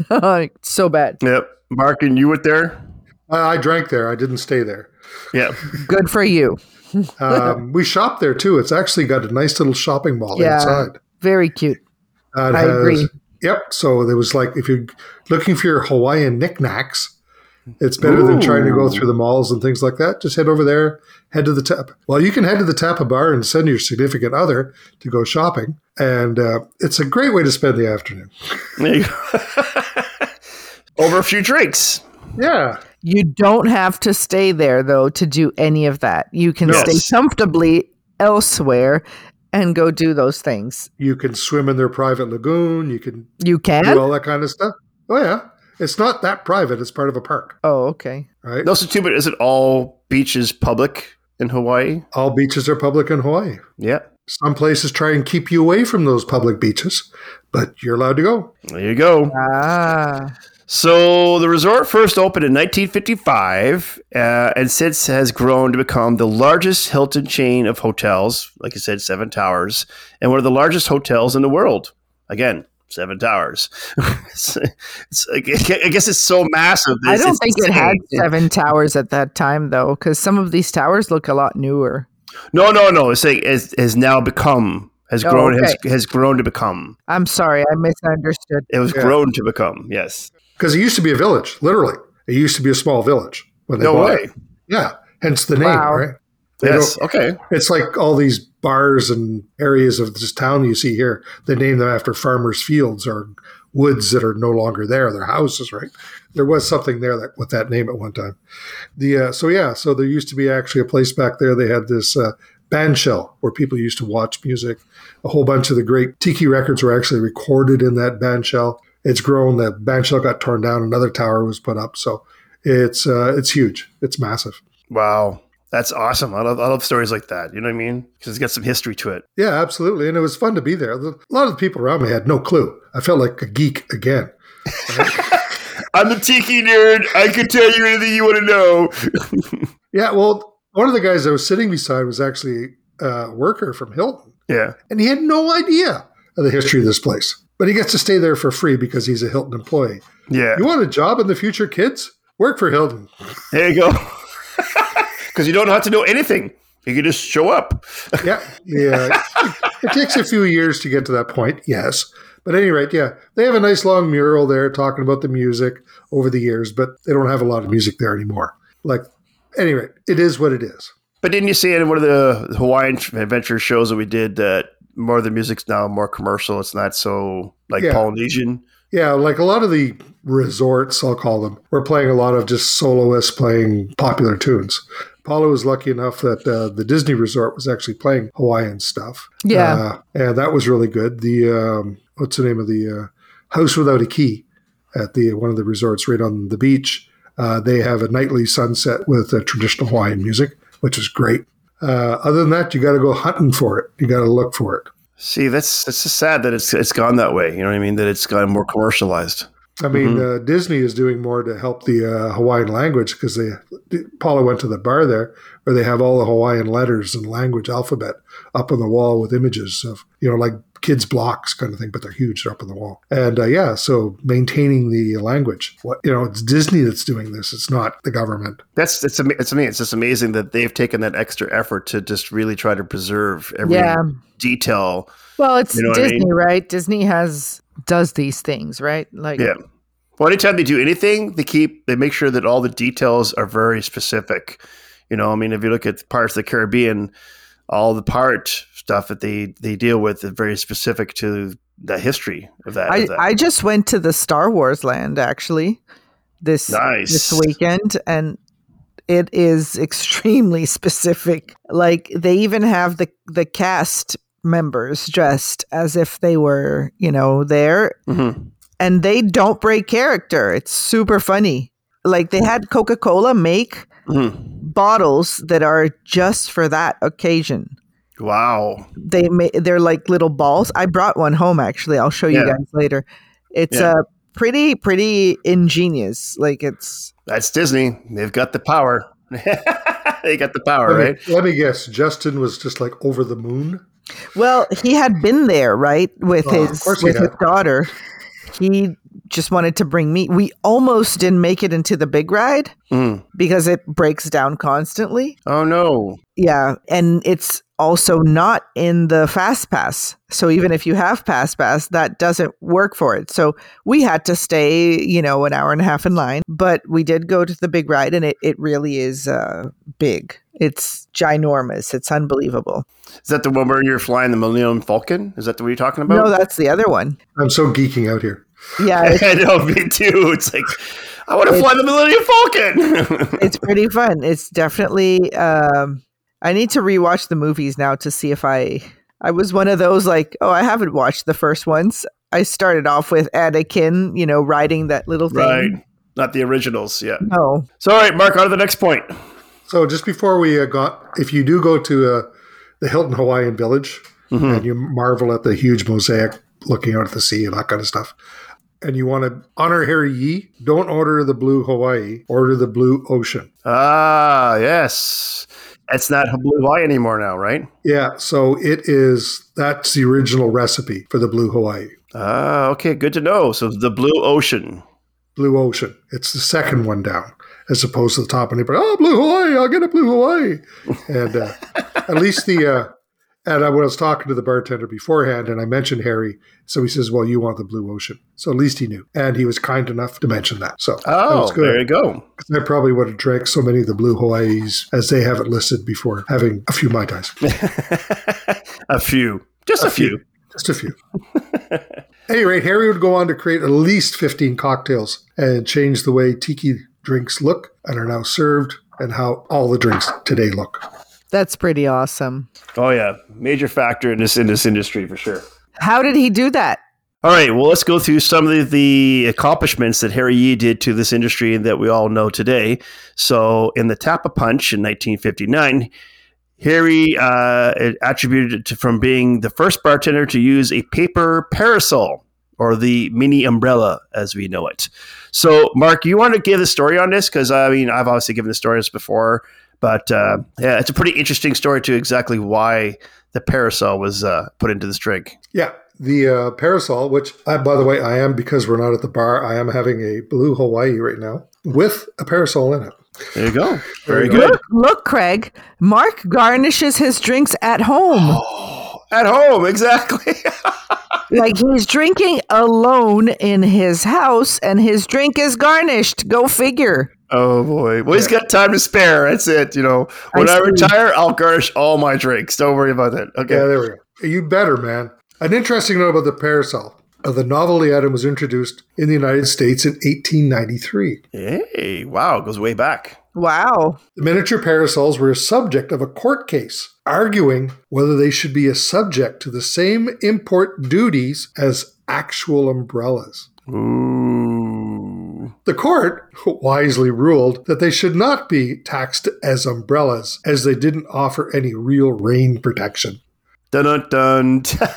Speaker 4: so bad.
Speaker 3: Yep. Mark and you were there?
Speaker 2: I I drank there. I didn't stay there.
Speaker 3: Yeah.
Speaker 4: Good for you.
Speaker 2: Um, we shopped there too. It's actually got a nice little shopping mall
Speaker 4: Yeah.
Speaker 2: inside.
Speaker 4: Very cute.
Speaker 2: Uh, it
Speaker 4: I agree.
Speaker 2: Yep. So there was like, if you're looking for your Hawaiian knickknacks, it's better than trying to go through the malls and things like that. Just head over there, head to the tap. Well, you can head to the tapa bar and send your significant other to go shopping, and uh, it's a great way to spend the afternoon.
Speaker 3: There you go. Over a few drinks.
Speaker 2: Yeah.
Speaker 4: You don't have to stay there though to do any of that. You can
Speaker 3: No.
Speaker 4: stay comfortably elsewhere and go do those things.
Speaker 2: You can swim in their private lagoon. You can
Speaker 4: You can?
Speaker 2: do all that kind of stuff. Oh yeah, it's not that private. It's part of a park,
Speaker 4: Oh, okay.
Speaker 2: right?
Speaker 3: No, so too, but is it all beaches public in Hawaii?
Speaker 2: All beaches are public in Hawaii.
Speaker 3: Yeah.
Speaker 2: Some places try and keep you away from those public beaches, but you're allowed to go.
Speaker 3: There you go.
Speaker 4: Ah.
Speaker 3: So the resort first opened in 1955 uh, and since has grown to become the largest Hilton chain of hotels, like I said, Seven Towers, and one of the largest hotels in the world. Again, Seven Towers. It's- it's- I gu- I guess it's so massive. that
Speaker 4: I
Speaker 3: it's-
Speaker 4: don't
Speaker 3: it's
Speaker 4: think it had
Speaker 3: insane.
Speaker 4: seven towers at that time though, because some of these towers look a lot newer.
Speaker 3: No, no, no. It's like has has now become has
Speaker 4: Oh,
Speaker 3: grown has,
Speaker 4: okay.
Speaker 3: has grown to become.
Speaker 4: I'm sorry, I misunderstood.
Speaker 3: It was
Speaker 2: Yeah.
Speaker 3: grown to become. Yes.
Speaker 2: Because it used to be a village, literally. It used to be a small village when they
Speaker 3: No
Speaker 2: bought
Speaker 3: way.
Speaker 2: it. Yeah, hence the name,
Speaker 4: Wow.
Speaker 2: right? They
Speaker 3: Yes.
Speaker 2: don't-
Speaker 3: Okay.
Speaker 2: It's like all these bars and areas of this town you see here. They name them after farmers' fields or woods that are no longer there. Their houses, right? There was something there that with that name at one time. The uh, so yeah, so there used to be actually a place back there. They had this uh, band shell where people used to watch music. A whole bunch of the great tiki records were actually recorded in that band shell. It's grown. The band shell got torn down. Another tower was put up. So it's uh, it's huge. It's massive.
Speaker 3: Wow. That's awesome. I love I love stories like that. You know what I mean? Because it's got some history to it.
Speaker 2: Yeah, absolutely. And it was fun to be there. A lot of the people around me had no clue. I felt like a geek again.
Speaker 3: I'm the tiki nerd. I could tell you anything you want to know.
Speaker 2: Yeah, well, one of the guys I was sitting beside was actually a worker from Hilton,
Speaker 3: yeah.
Speaker 2: and he had no idea of the history of this place. But he gets to stay there for free because he's a Hilton employee.
Speaker 3: Yeah.
Speaker 2: You want a job in the future, kids? Work for Hilton.
Speaker 3: There you go. Because you don't have to know anything. You can just show up.
Speaker 2: Yeah, yeah. it takes a few years to get to that point, yes. But at any rate, yeah, they have a nice long mural there talking about the music over the years, but they don't have a lot of music there anymore. Like, any rate, it is what it is.
Speaker 3: But didn't you see in one of the Hawaiian adventure shows that we did that more of the music's now more commercial? It's not so like
Speaker 2: Yeah.
Speaker 3: Polynesian.
Speaker 2: Yeah, like a lot of the resorts, I'll call them, were playing a lot of just soloists playing popular tunes. Paula was lucky enough that uh, the Disney resort was actually playing Hawaiian stuff.
Speaker 4: Yeah.
Speaker 2: Uh, and that was really good. The, um, what's the name of the uh, House Without a Key at the one of the resorts right on the beach? Uh, they have a nightly sunset with uh, traditional Hawaiian music, which is great. Uh, other than that, you got to go hunting for it. You got to look for it.
Speaker 3: See, that's that's just sad that it's it's gone that way. You know what I mean? That it's gotten more commercialized.
Speaker 2: I mean, uh, Disney is doing more to help the uh, Hawaiian language because they Paula went to the bar there where they have all the Hawaiian letters and language alphabet up on the wall with images of you know like kids blocks kind of thing, but they're huge. They're up on the wall, and uh, yeah, so maintaining the language. What you know, it's Disney that's doing this. It's not the government.
Speaker 3: That's it's ama- it's amazing. It's just amazing that they've taken that extra effort to just really try to preserve every
Speaker 4: Yeah.
Speaker 3: detail.
Speaker 4: Well, it's
Speaker 3: You know what I
Speaker 4: Disney,
Speaker 3: mean?
Speaker 4: right? Disney has does these things, right? Like
Speaker 3: Yeah. Well, anytime they do anything, they keep they make sure that all the details are very specific. You know, I mean, if you look at parts of the Caribbean, all the part stuff that they they deal with is very specific to the history of that.
Speaker 4: I,
Speaker 3: of that.
Speaker 4: I just went to the Star Wars land actually this
Speaker 3: Nice.
Speaker 4: this weekend and it is extremely specific. Like they even have the the cast members dressed as if they were, you know, there
Speaker 3: Mhm.
Speaker 4: and they don't break character. It's super funny. Like they had Coca-Cola make
Speaker 3: Mhm.
Speaker 4: bottles that are just for that occasion.
Speaker 3: Wow.
Speaker 4: they ma- they're like little balls. I brought one home actually. I'll show you
Speaker 3: Yeah.
Speaker 4: guys later. It's
Speaker 3: Yeah.
Speaker 4: uh, pretty pretty ingenious. Like it's
Speaker 3: That's Disney. They've got the power. they got the power,
Speaker 2: Let me-
Speaker 3: right?
Speaker 2: Let me guess. Justin was just like over the moon.
Speaker 4: well, he had been there right with
Speaker 2: Oh, of
Speaker 4: his
Speaker 2: course he
Speaker 4: with his
Speaker 2: had.
Speaker 4: daughter. He just wanted to bring me. We almost didn't make it into the big ride
Speaker 3: Mm.
Speaker 4: because it breaks down constantly.
Speaker 3: Oh no.
Speaker 4: Yeah, and it's also not in the fast pass. So even if you have fast pass, that doesn't work for it. So we had to stay, you know, an hour and a half in line, but we did go to the big ride and it, it really is uh big. It's ginormous. It's unbelievable.
Speaker 3: Is that the one where you're flying the Millennium Falcon? Is that the one you're talking about?
Speaker 4: No, that's the other one.
Speaker 2: I'm so geeking out here.
Speaker 4: Yeah, it,
Speaker 3: I know, me too. It's like I want to fly the Millennium Falcon.
Speaker 4: it's pretty fun. It's definitely um I need to rewatch the movies now to see if I I was one of those like, oh, I haven't watched the first ones. I started off with Anakin, you know, riding that little thing.
Speaker 3: right. Not the originals, yeah.
Speaker 4: Oh,
Speaker 3: So, all right, Mark, on to the next point.
Speaker 2: So just before we uh, got, if you do go to uh, the Hilton Hawaiian Village and you marvel at the huge mosaic looking out at the sea and that kind of stuff, and you want to honor Harry Yee, don't order the blue Hawaii, order the blue ocean.
Speaker 3: Ah, yes. It's not Blue Hawaii anymore now, right?
Speaker 2: Yeah, so it is, that's the original recipe for the blue Hawaii,
Speaker 3: Ah, okay, good to know. So the Blue Ocean.
Speaker 2: blue ocean. It's the second one down as opposed to the top. And they put, oh, blue Hawaii, I'll get a blue Hawaii. And uh, at least the, uh, and I was talking to the bartender beforehand, and I mentioned Harry. So he says, "Well, you want the blue ocean." So at least he knew, and he was kind enough to mention that. So that
Speaker 3: Oh,
Speaker 2: was
Speaker 3: there you
Speaker 2: good.
Speaker 3: go.
Speaker 2: 'Cause I probably would have drank so many of the blue Hawaii's as they have it listed before having a few mai tais,
Speaker 3: a few, just a, few.
Speaker 2: just a few. At any rate, Harry would go on to create at least fifteen cocktails and change the way tiki drinks look and are now served, and how all the drinks today look.
Speaker 4: that's pretty awesome.
Speaker 3: Oh yeah, major factor in this in this industry for sure.
Speaker 4: How did he do that?
Speaker 3: All right, well, let's go through some of the accomplishments that Harry Yee did to this industry and that we all know today. So, in the Tapa Punch in 1959, Harry uh, attributed it to, from being the first bartender to use a paper parasol or the mini umbrella as we know it. So, Mark, you want to give the story on this? Because, I mean, I've obviously given the stories before, but uh, yeah, it's a pretty interesting story to exactly why the parasol was uh, put into this drink.
Speaker 2: Yeah, the uh, parasol, which I, by the way, I am because we're not at the bar. I am having a blue Hawaii right now with a parasol in it.
Speaker 3: There you go. Very
Speaker 2: you
Speaker 3: good.
Speaker 4: Look, look, Craig. Mark garnishes his drinks at home.
Speaker 3: At home, exactly.
Speaker 4: like he's drinking alone in his house and his drink is garnished. Go figure.
Speaker 3: oh boy. Well, he's got time to spare. That's it. You know,
Speaker 4: I
Speaker 3: when I,
Speaker 4: see.
Speaker 3: retire, I'll garnish all my drinks. Don't worry about that. Okay.
Speaker 2: Yeah, there we go. You better, man. An interesting note about the parasol. Uh, the novelty item was introduced in the United States in 1893.
Speaker 3: Hey, wow, it goes way back.
Speaker 4: Wow.
Speaker 2: The miniature parasols were a subject of a court case, arguing whether they should be a subject to the same import duties as actual umbrellas.
Speaker 3: Ooh.
Speaker 2: The court wisely ruled that they should not be taxed as umbrellas, as they didn't offer any real rain protection.
Speaker 3: Dun dun dun.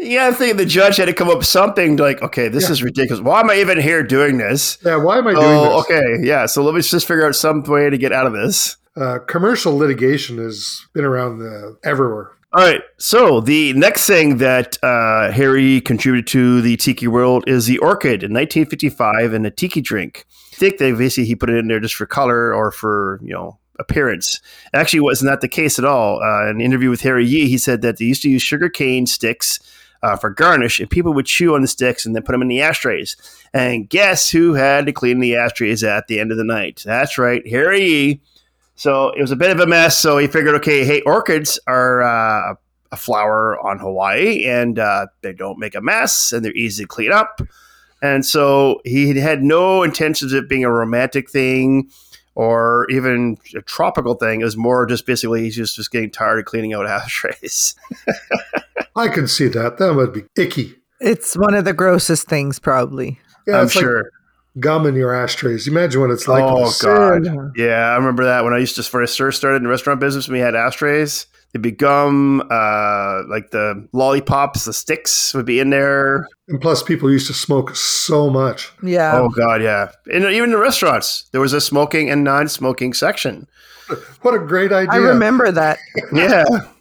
Speaker 3: yeah, I think the judge had to come up with something like, okay, this
Speaker 2: Yeah.
Speaker 3: is ridiculous. Why am I even here doing this?
Speaker 2: Yeah, why am I doing
Speaker 3: Oh,
Speaker 2: this?
Speaker 3: okay, yeah. So let me just figure out some way to get out of this.
Speaker 2: Uh, commercial litigation has been around uh, everywhere.
Speaker 3: All right. So the next thing that uh, Harry contributed to the tiki world is the orchid in 1955 and a tiki drink. I think they basically he put it in there just for color or for you know appearance. Actually, it was not the case at all. Uh, in an interview with Harry Yee, he said that they used to use sugar cane sticks. Uh, for garnish, and people would chew on the sticks and then put them in the ashtrays. And guess who had to clean the ashtrays at the end of the night? That's right, Harry Yee. So it was a bit of a mess. So he figured, okay, hey, orchids are uh, a flower on Hawaii, and uh, they don't make a mess, and they're easy to clean up. And so he had no intentions of it being a romantic thing or even a tropical thing. It was more just basically he's just, just getting tired of cleaning out ashtrays.
Speaker 2: I can see that. That would be icky.
Speaker 4: It's one of the grossest things, probably.
Speaker 2: Yeah,
Speaker 3: I'm
Speaker 2: it's like
Speaker 3: sure.
Speaker 2: gum in your ashtrays. Imagine what it's like.
Speaker 3: Oh,
Speaker 2: with
Speaker 3: God.
Speaker 4: Yeah.
Speaker 3: Yeah, I remember that when I used to first first started in the restaurant business. When we had ashtrays, they'd be gum, uh, like the lollipops, the sticks would be in there.
Speaker 2: And plus, people used to smoke so much.
Speaker 4: Yeah.
Speaker 3: oh God, yeah. And even in restaurants, there was a smoking and non-smoking section.
Speaker 2: What a great idea!
Speaker 4: I remember that.
Speaker 3: Yeah.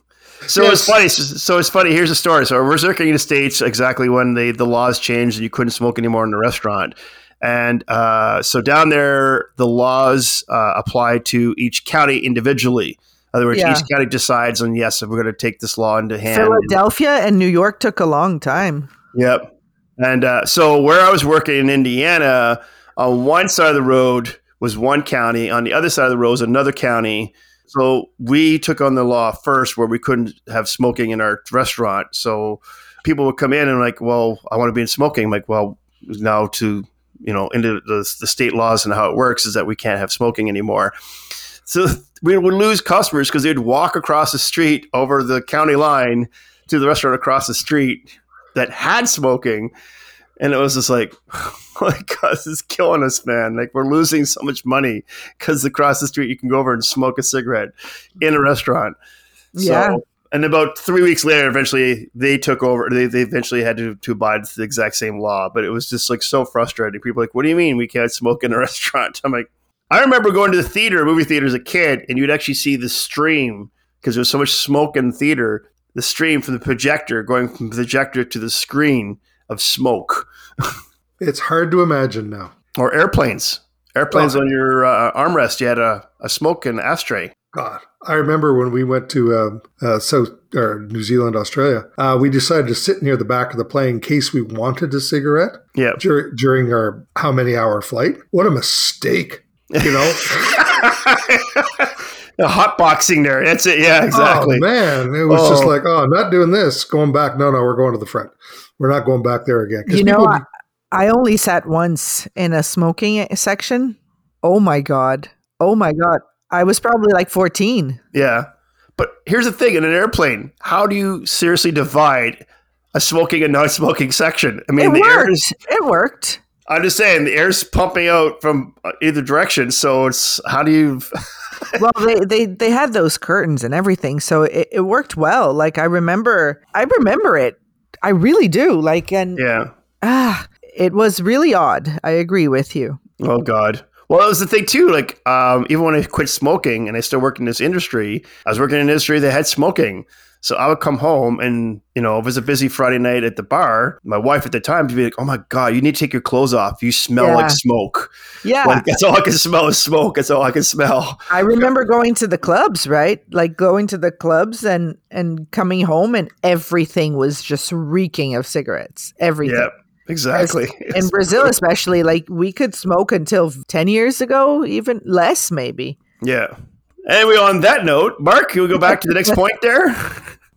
Speaker 3: So it's
Speaker 2: Yes.
Speaker 3: funny. So it's funny. Here's the story. So we're circling the states exactly when the the laws changed and you couldn't smoke anymore in the restaurant. And uh, so down there, the laws uh, apply to each county individually. In other words,
Speaker 4: Yeah.
Speaker 3: each county decides on yes, if we're going to take this law into hand.
Speaker 4: Philadelphia and New York took a long time.
Speaker 3: Yep. And uh, so where I was working in Indiana, on one side of the road was one county, on the other side of the road was another county. So we took on the law first, where we couldn't have smoking in our restaurant. So people would come in and like, well, I want to be in smoking. I'm like, well, now to you know into the, the state laws and how it works is that we can't have smoking anymore. So we would lose customers because they'd walk across the street over the county line to the restaurant across the street that had smoking. And it was just like, oh my God, this is killing us, man. Like, we're losing so much money because across the street you can go over and smoke a cigarette in a restaurant.
Speaker 4: Yeah.
Speaker 3: So, and about three weeks later, eventually they took over. They, they eventually had to, to abide to the exact same law. But it was just like so frustrating. People were like, what do you mean we can't smoke in a restaurant? I'm like, I remember going to the theater, movie theater as a kid, and you'd actually see the stream because there was so much smoke in the theater. The stream from the projector going from the projector to the screen of smoke
Speaker 2: It's hard to imagine now.
Speaker 3: or airplanes. Airplanes
Speaker 2: Oh.
Speaker 3: on your uh, armrest, you had a, a smoke and ashtray.
Speaker 2: God, I remember when we went to um, uh, South or New Zealand, Australia. Uh, we decided to sit near the back of the plane in case we wanted a cigarette
Speaker 3: Yeah.
Speaker 2: dur- during our how many hour flight. What a mistake! You know,
Speaker 3: the hot boxing there. That's it. Yeah, exactly.
Speaker 2: Oh man, it was just
Speaker 3: Oh.
Speaker 2: like, oh, not doing this. Going back? No, no, we're going to the front. We're not going back there again. 'Cause
Speaker 4: You know,
Speaker 2: people-
Speaker 4: I, I only sat once in a smoking section. Oh my God. Oh my God. I was probably like 14.
Speaker 3: Yeah. But here's the thing in an airplane, how do you seriously divide a smoking and non smoking section? I mean,
Speaker 4: It
Speaker 3: the air
Speaker 4: worked.
Speaker 3: is,
Speaker 4: It worked.
Speaker 3: I'm just saying, the air's pumping out from uh, either direction. So it's how do you.
Speaker 4: well they, they they had those curtains and everything so it, it worked well like i remember i remember it i really do like and
Speaker 3: Yeah.
Speaker 4: ah, it was really odd i agree with you
Speaker 3: Oh God. Well, that was the thing too. Like, um, even when I quit smoking and I still worked in this industry, I was working in an industry that had smoking. So I would come home and, you know, if it was a busy Friday night at the bar, my wife at the time would be like, Oh my God, you need to take your clothes off. You smell
Speaker 4: Yeah.
Speaker 3: like smoke.
Speaker 4: yeah
Speaker 3: Like that's all I can smell is smoke. That's all I can smell.
Speaker 4: i remember going to the clubs right like going to the clubs and and coming home and everything was just reeking of cigarettes everything
Speaker 3: Yeah. Exactly.
Speaker 4: in Brazil, especially, like we could smoke until 10 years ago, even less, maybe.
Speaker 3: yeah. Anyway, on that note, Mark, you we go back to the next point there?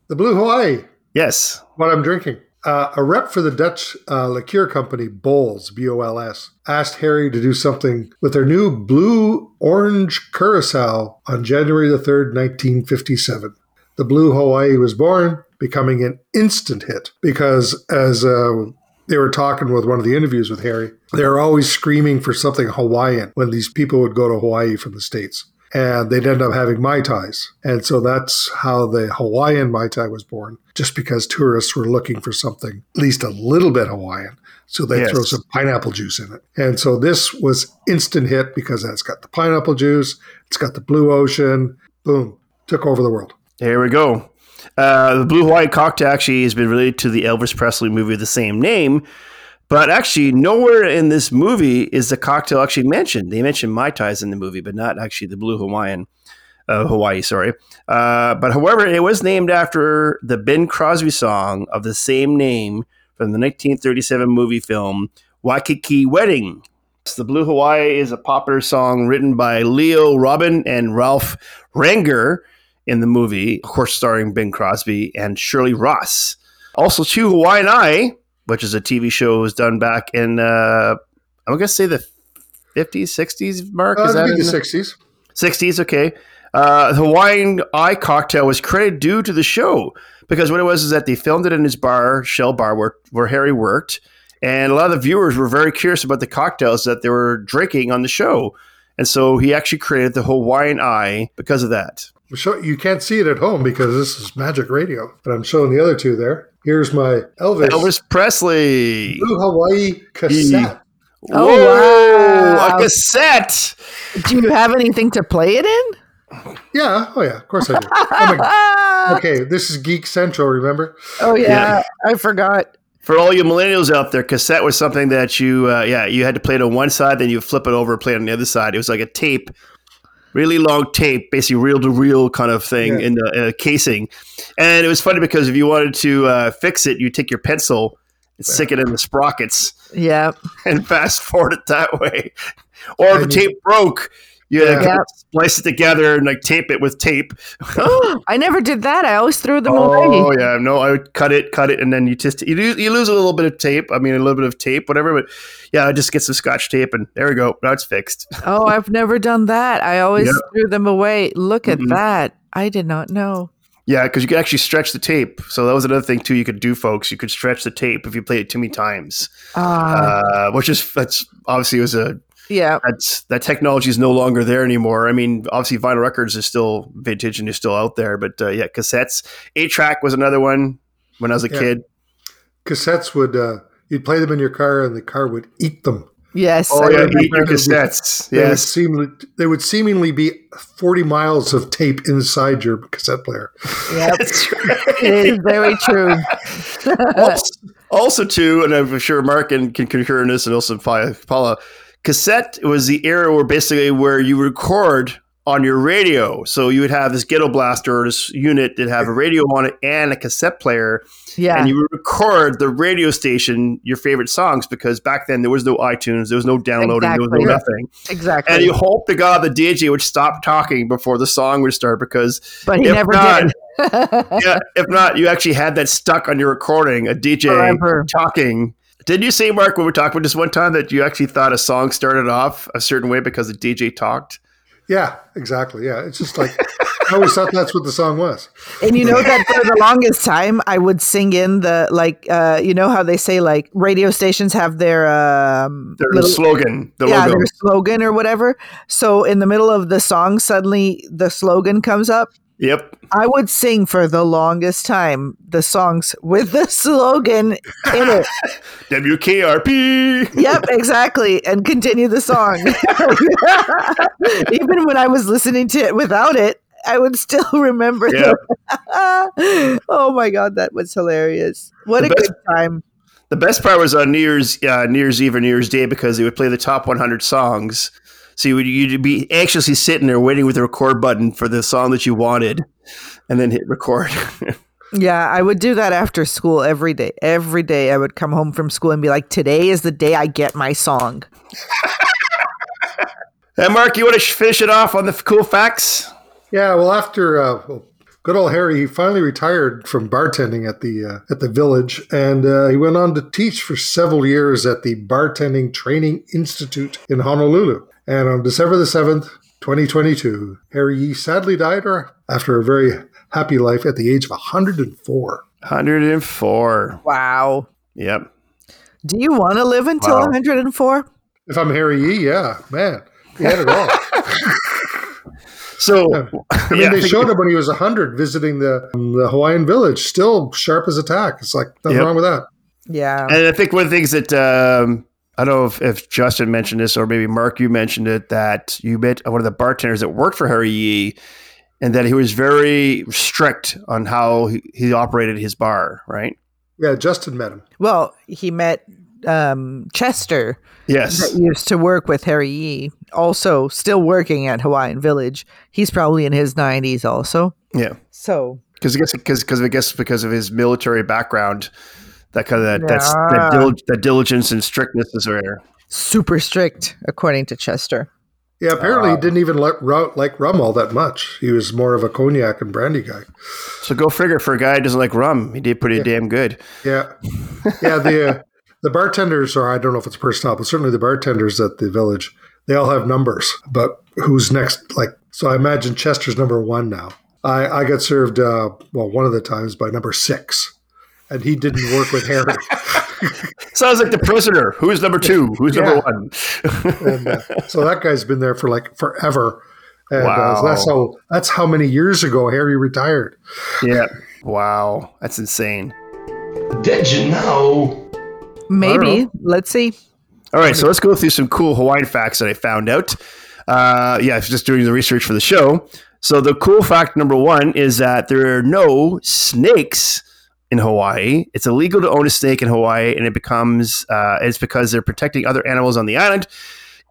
Speaker 2: the Blue Hawaii.
Speaker 3: Yes.
Speaker 2: what I'm drinking. Uh, a rep for the Dutch uh, liqueur company Bols, B O L S, asked Harry to do something with their new blue orange curacao on January the 3rd, 1957. The Blue Hawaii was born, becoming an instant hit because, as uh, they were talking with one of the interviews with Harry. They were always screaming for something Hawaiian when these people would go to Hawaii from the States. And they'd end up having Mai Tais. And so that's how the Hawaiian Mai Tai was born, just because tourists were looking for something at least a little bit Hawaiian. So they
Speaker 3: Yes.
Speaker 2: throw some pineapple juice in it. And so this was instant hit because that's got the pineapple juice, it's got the blue ocean. Boom. Took over the world.
Speaker 3: Here we go. Uh, the Blue Hawaii cocktail actually has been related to the Elvis Presley movie of the same name, but actually nowhere in this movie is the cocktail actually mentioned. They mentioned Mai Tais in the movie, but not actually the Blue Hawaiian, uh, Hawaii, sorry. Uh, but however, it was named after the Ben Crosby song of the same name from the 1937 movie film Waikiki Wedding. So the Blue Hawaii is a popular song written by Leo Robin and Ralph Ranger in the movie, of course, starring Ben Crosby and Shirley Ross. Also, to Hawaiian Eye, which is a TV show, was done back in uh, I'm gonna say the 50s, 60s. Mark
Speaker 2: Uh,
Speaker 3: is that in
Speaker 2: maybe the
Speaker 3: the-
Speaker 2: 60s.
Speaker 3: 60s, okay. Uh, the Hawaiian Eye cocktail was credited due to the show because what it was is that they filmed it in his bar, Shell Bar, where, where Harry worked. And a lot of the viewers were very curious about the cocktails that they were drinking on the show. And so he actually created the Hawaiian Eye because of that.
Speaker 2: So you can't see it at home because this is magic radio, but I'm showing the other two there. Here's my Elvis,
Speaker 3: Elvis Presley.
Speaker 2: Blue Hawaii cassette.
Speaker 4: Oh,
Speaker 3: Whoa,
Speaker 4: wow.
Speaker 3: a cassette.
Speaker 4: Do you have anything to play it in?
Speaker 2: Yeah, oh yeah, of course I do. I'm a-
Speaker 4: Ah!
Speaker 2: okay, this is Geek Central, remember?
Speaker 4: Oh yeah, I forgot.
Speaker 3: For all you millennials out there, cassette was something that you, uh, yeah, you had to play it on one side, then you flip it over and play it on the other side. It was like a tape, really long tape, basically reel to reel kind of thing
Speaker 2: Yeah.
Speaker 3: in the uh, casing. And it was funny because if you wanted to uh, fix it, you take your pencil and stick it in the sprockets
Speaker 4: Yeah,
Speaker 3: and fast forward it that way. Or if the
Speaker 2: And-
Speaker 3: tape broke, you had to
Speaker 4: Yeah.
Speaker 3: splice it together and like tape it with tape.
Speaker 4: I never did that. I always threw them
Speaker 3: Oh
Speaker 4: away.
Speaker 3: yeah, no, I would cut it, cut it, and then you just you lose, you lose a little bit of tape. I mean, a little bit of tape, whatever. But yeah, I just get some scotch tape, and there we go. Now it's fixed.
Speaker 4: Oh, I've never done that. I always
Speaker 3: Yeah.
Speaker 4: threw them away. Look at
Speaker 3: Mhm.
Speaker 4: that. I did not know.
Speaker 3: Yeah, because you could actually stretch the tape. So that was another thing too. You could do, folks. You could stretch the tape if you played it too many times.
Speaker 4: Ah,
Speaker 3: Uh, which is that's obviously was a
Speaker 4: yeah.
Speaker 3: that's that technology is no longer there anymore. I mean, obviously vinyl records is still vintage and is still out there, but uh, yeah, cassettes. Eight track was another one when I was a
Speaker 2: Yeah.
Speaker 3: kid.
Speaker 2: Cassettes would, uh, you'd play them in your car and the car would eat them.
Speaker 4: Yes.
Speaker 3: Oh
Speaker 4: I
Speaker 3: yeah,
Speaker 4: remember.
Speaker 3: eat your cassettes.
Speaker 2: They, would
Speaker 3: Yes.
Speaker 2: seemingly, they would seemingly be 40 miles of tape inside your cassette player.
Speaker 4: Yep.
Speaker 3: That's right.
Speaker 4: it is very true.
Speaker 3: also, also too, and I'm sure Mark and can concur in this, and also Pa- Paula. Cassette was the era where basically where you record on your radio. So you would have this ghetto blaster or this unit that have a radio on it and a cassette player,
Speaker 4: Yeah.
Speaker 3: and you would record the radio station your favorite songs because back then there was no iTunes, there was no downloading, there was
Speaker 4: Exactly.
Speaker 3: no nothing,
Speaker 4: exactly.
Speaker 3: and you hope to God the DJ would stop talking before the song would start because
Speaker 4: but he
Speaker 3: if
Speaker 4: never
Speaker 3: not,
Speaker 4: did.
Speaker 3: yeah, if not, you actually had that stuck on your recording, a DJ
Speaker 4: Forever.
Speaker 3: talking. Did you say, Mark, when we were talking about this one time that you actually thought a song started off a certain way because the DJ talked?
Speaker 2: Yeah, exactly. Yeah, it's just like, I always thought that's what the song was.
Speaker 4: And you know that for the longest time, I would sing in the like, uh, you know how they say like radio stations have their um,
Speaker 3: Their
Speaker 4: little-
Speaker 3: slogan, the
Speaker 4: yeah,
Speaker 3: logo.
Speaker 4: their slogan or whatever. So in the middle of the song, suddenly the slogan comes up.
Speaker 3: Yep.
Speaker 4: I would sing for the longest time the songs with the slogan in it.
Speaker 3: WKRP.
Speaker 4: Yep, exactly, and continue the song. Even when I was listening to it without it, I would still remember.
Speaker 3: Yeah.
Speaker 4: the- oh my god, that was hilarious! What
Speaker 3: The
Speaker 4: a
Speaker 3: best-
Speaker 4: good time!
Speaker 3: The best part was on New Year's, uh, New Year's Eve or New Year's Day because they would play the top 100 songs. So you would you'd be anxiously sitting there waiting with the record button for the song that you wanted, and then hit record.
Speaker 4: Yeah, I would do that after school every day. Every day, I would come home from school and be like, "Today is the day I get my song."
Speaker 3: and Mark, you want to finish it off on the f- cool facts?
Speaker 2: Yeah, well, after uh, well, good old Harry, he finally retired from bartending at the uh, at the village, and uh, he went on to teach for several years at the Bartending Training Institute in Honolulu. And on December the seventh, twenty twenty two, Harry Yee sadly died or after a very happy life at the age of hundred and four.
Speaker 3: 104.
Speaker 4: Wow,
Speaker 3: Yep.
Speaker 4: Do you want to live until
Speaker 3: Wow.
Speaker 4: 104?
Speaker 2: If I'm Harry Yee, yeah, man, he had it all.
Speaker 3: So
Speaker 2: I mean, they showed him when he was 100 visiting the, um, the Hawaiian village, still sharp as a tack. It's like nothing
Speaker 3: Yep.
Speaker 2: wrong with that.
Speaker 4: Yeah.
Speaker 3: And I think one of the things that um, I don't know if, if Justin mentioned this or maybe Mark, you mentioned it that you met one of the bartenders that worked for Harry Yee, and that he was very strict on how he, he operated his bar. Right?
Speaker 2: Yeah, Justin met him.
Speaker 4: Well, he met um, Chester,
Speaker 3: Yes.
Speaker 4: that used to work with Harry Yee, also still working at Hawaiian Village. He's probably in his 90s also.
Speaker 3: Yeah.
Speaker 4: So,
Speaker 3: Because I guess because because I guess because of his military background, that kind of that that's that,
Speaker 4: Yeah.
Speaker 3: dil- that diligence and strictness is there.
Speaker 4: super strict, according to Chester.
Speaker 2: Yeah, apparently he didn't even let, ru- like rum all that much. He was more of a cognac and brandy guy.
Speaker 3: So go figure for a guy who doesn't like rum, he did pretty damn good.
Speaker 2: Yeah, yeah. The uh, the bartenders, or I don't know if it's personnel, but certainly the bartenders at the village, they all have numbers. But who's next? Like, so I imagine Chester's number one now. I I got served uh, well one of the times by number six, and he didn't work with Harry.
Speaker 3: Sounds like the prisoner. Who's number two? Who's number one?
Speaker 2: and, uh, so that guy's been there for like forever. And uh,
Speaker 3: Wow.
Speaker 2: that's how that's how many years ago Harry retired.
Speaker 3: Yeah. Wow. That's insane.
Speaker 1: Did you know?
Speaker 4: Maybe. Let's see.
Speaker 3: All right. So let's go through some cool Hawaiian facts that I found out. Uh, yeah, I was just doing the research for the show. So the cool fact number one is that there are no snakes in Hawaii. It's illegal to own a snake in Hawaii, and it becomes uh, it's because they're protecting other animals on the island.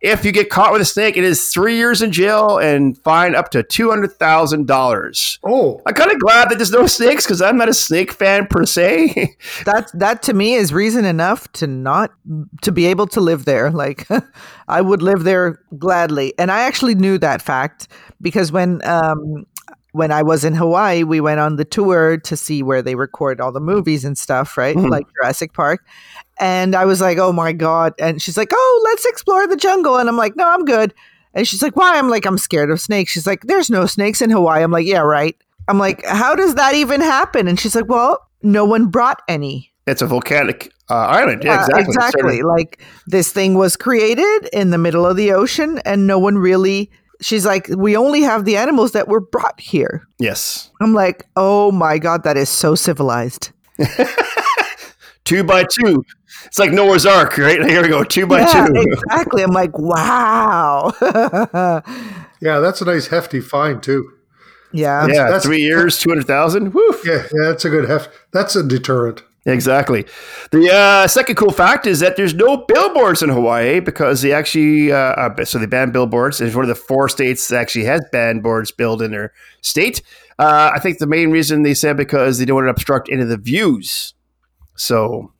Speaker 3: If you get caught with a snake, it is three years in jail and fine up to two hundred thousand dollars.
Speaker 2: Oh,
Speaker 3: I'm kind of glad that there's no snakes because I'm not a snake fan per se.
Speaker 4: That that to me is reason enough to not to be able to live there. Like I would live there gladly. And I actually knew that fact because when um when I was in Hawaii, we went on the tour to see where they record all the movies and stuff, right? Like Jurassic Park. And I was like, "Oh my god." And she's like, "Oh, let's explore the jungle." And I'm like, "No, I'm good." And she's like, "Why?" I'm like, "I'm scared of snakes." She's like, "There's no snakes in Hawaii." I'm like, "Yeah, right." I'm like, "How does that even happen?" And she's like, "Well, no one brought any."
Speaker 3: it's a volcanic uh, island. Yeah,
Speaker 4: Uh,
Speaker 3: exactly. It's sort of-
Speaker 4: exactly. Like this thing was created in the middle of the ocean, and no one really. She's like, "We only have the animals that were brought here."
Speaker 3: Yes.
Speaker 4: I'm like, "Oh my god, that is so civilized."
Speaker 3: Two by two. It's like Noah's Ark, right? Here we go. Two by
Speaker 4: yeah,
Speaker 3: two.
Speaker 4: exactly. I'm like, "Wow."
Speaker 2: yeah, that's a nice hefty fine too.
Speaker 4: yeah.
Speaker 3: yeah,
Speaker 2: that's-
Speaker 3: three years, 200,000. Woof.
Speaker 2: Yeah, yeah, that's a good heft. That's a deterrent.
Speaker 3: Exactly. The uh, second cool fact is that there's no billboards in Hawaii because they actually, uh, uh, so they banned billboards. It's one of the four states that actually has banned boards billed in their state. Uh, I think the main reason they said because they don't want to obstruct any of the views. So,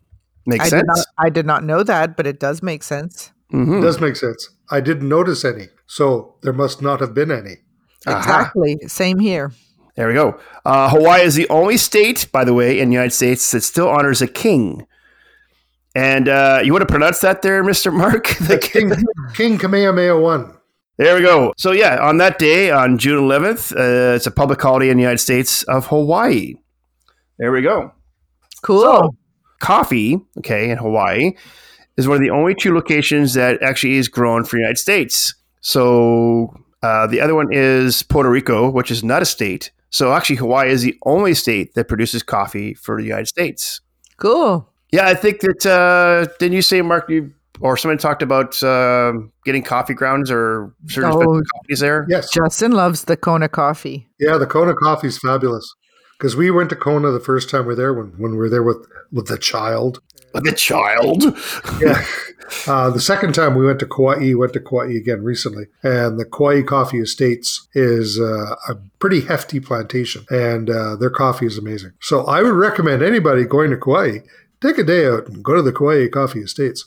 Speaker 3: makes
Speaker 4: I
Speaker 3: sense. Mm-hmm.
Speaker 4: did not. I did not know that, but it does make sense.
Speaker 2: It does make sense. I didn't notice any, so there must not have been any.
Speaker 4: Exactly. Same here.
Speaker 3: There we go. Uh, Hawaii is the only state, by the way, in the United States that still honors a king. And uh, you want to pronounce that there, Mr. Mark? The
Speaker 2: That's
Speaker 3: king.
Speaker 2: King, King Kamehameha one.
Speaker 3: There we go. So, yeah, on that day, on June 11th, uh, it's a public holiday in the United States of Hawaii. There we go.
Speaker 4: Cool.
Speaker 3: Coffee, okay, in Hawaii is one of the only two locations that actually is grown for the United States. So, uh, the other one is Puerto Rico, which is not a state. So, actually, Hawaii is the only state that produces coffee for the United States.
Speaker 4: cool.
Speaker 3: Yeah, I think that uh, didn't you say, Mark, you or someone talked about um getting coffee grounds or certain
Speaker 4: Oh.
Speaker 3: specialty coffees there?
Speaker 2: Yes.
Speaker 4: Justin loves the Kona coffee.
Speaker 2: Yeah, the Kona coffee's fabulous. Because we went to Kona the first time we were there when, when we were there with, with the child.
Speaker 3: The child.
Speaker 2: Yeah. uh, the second time we went to Kauai, went to Kauai again recently. And the Kauai Coffee Estates is uh, a pretty hefty plantation, and uh, their coffee is amazing. So I would recommend anybody going to Kauai, take a day out and go to the Kauai Coffee Estates.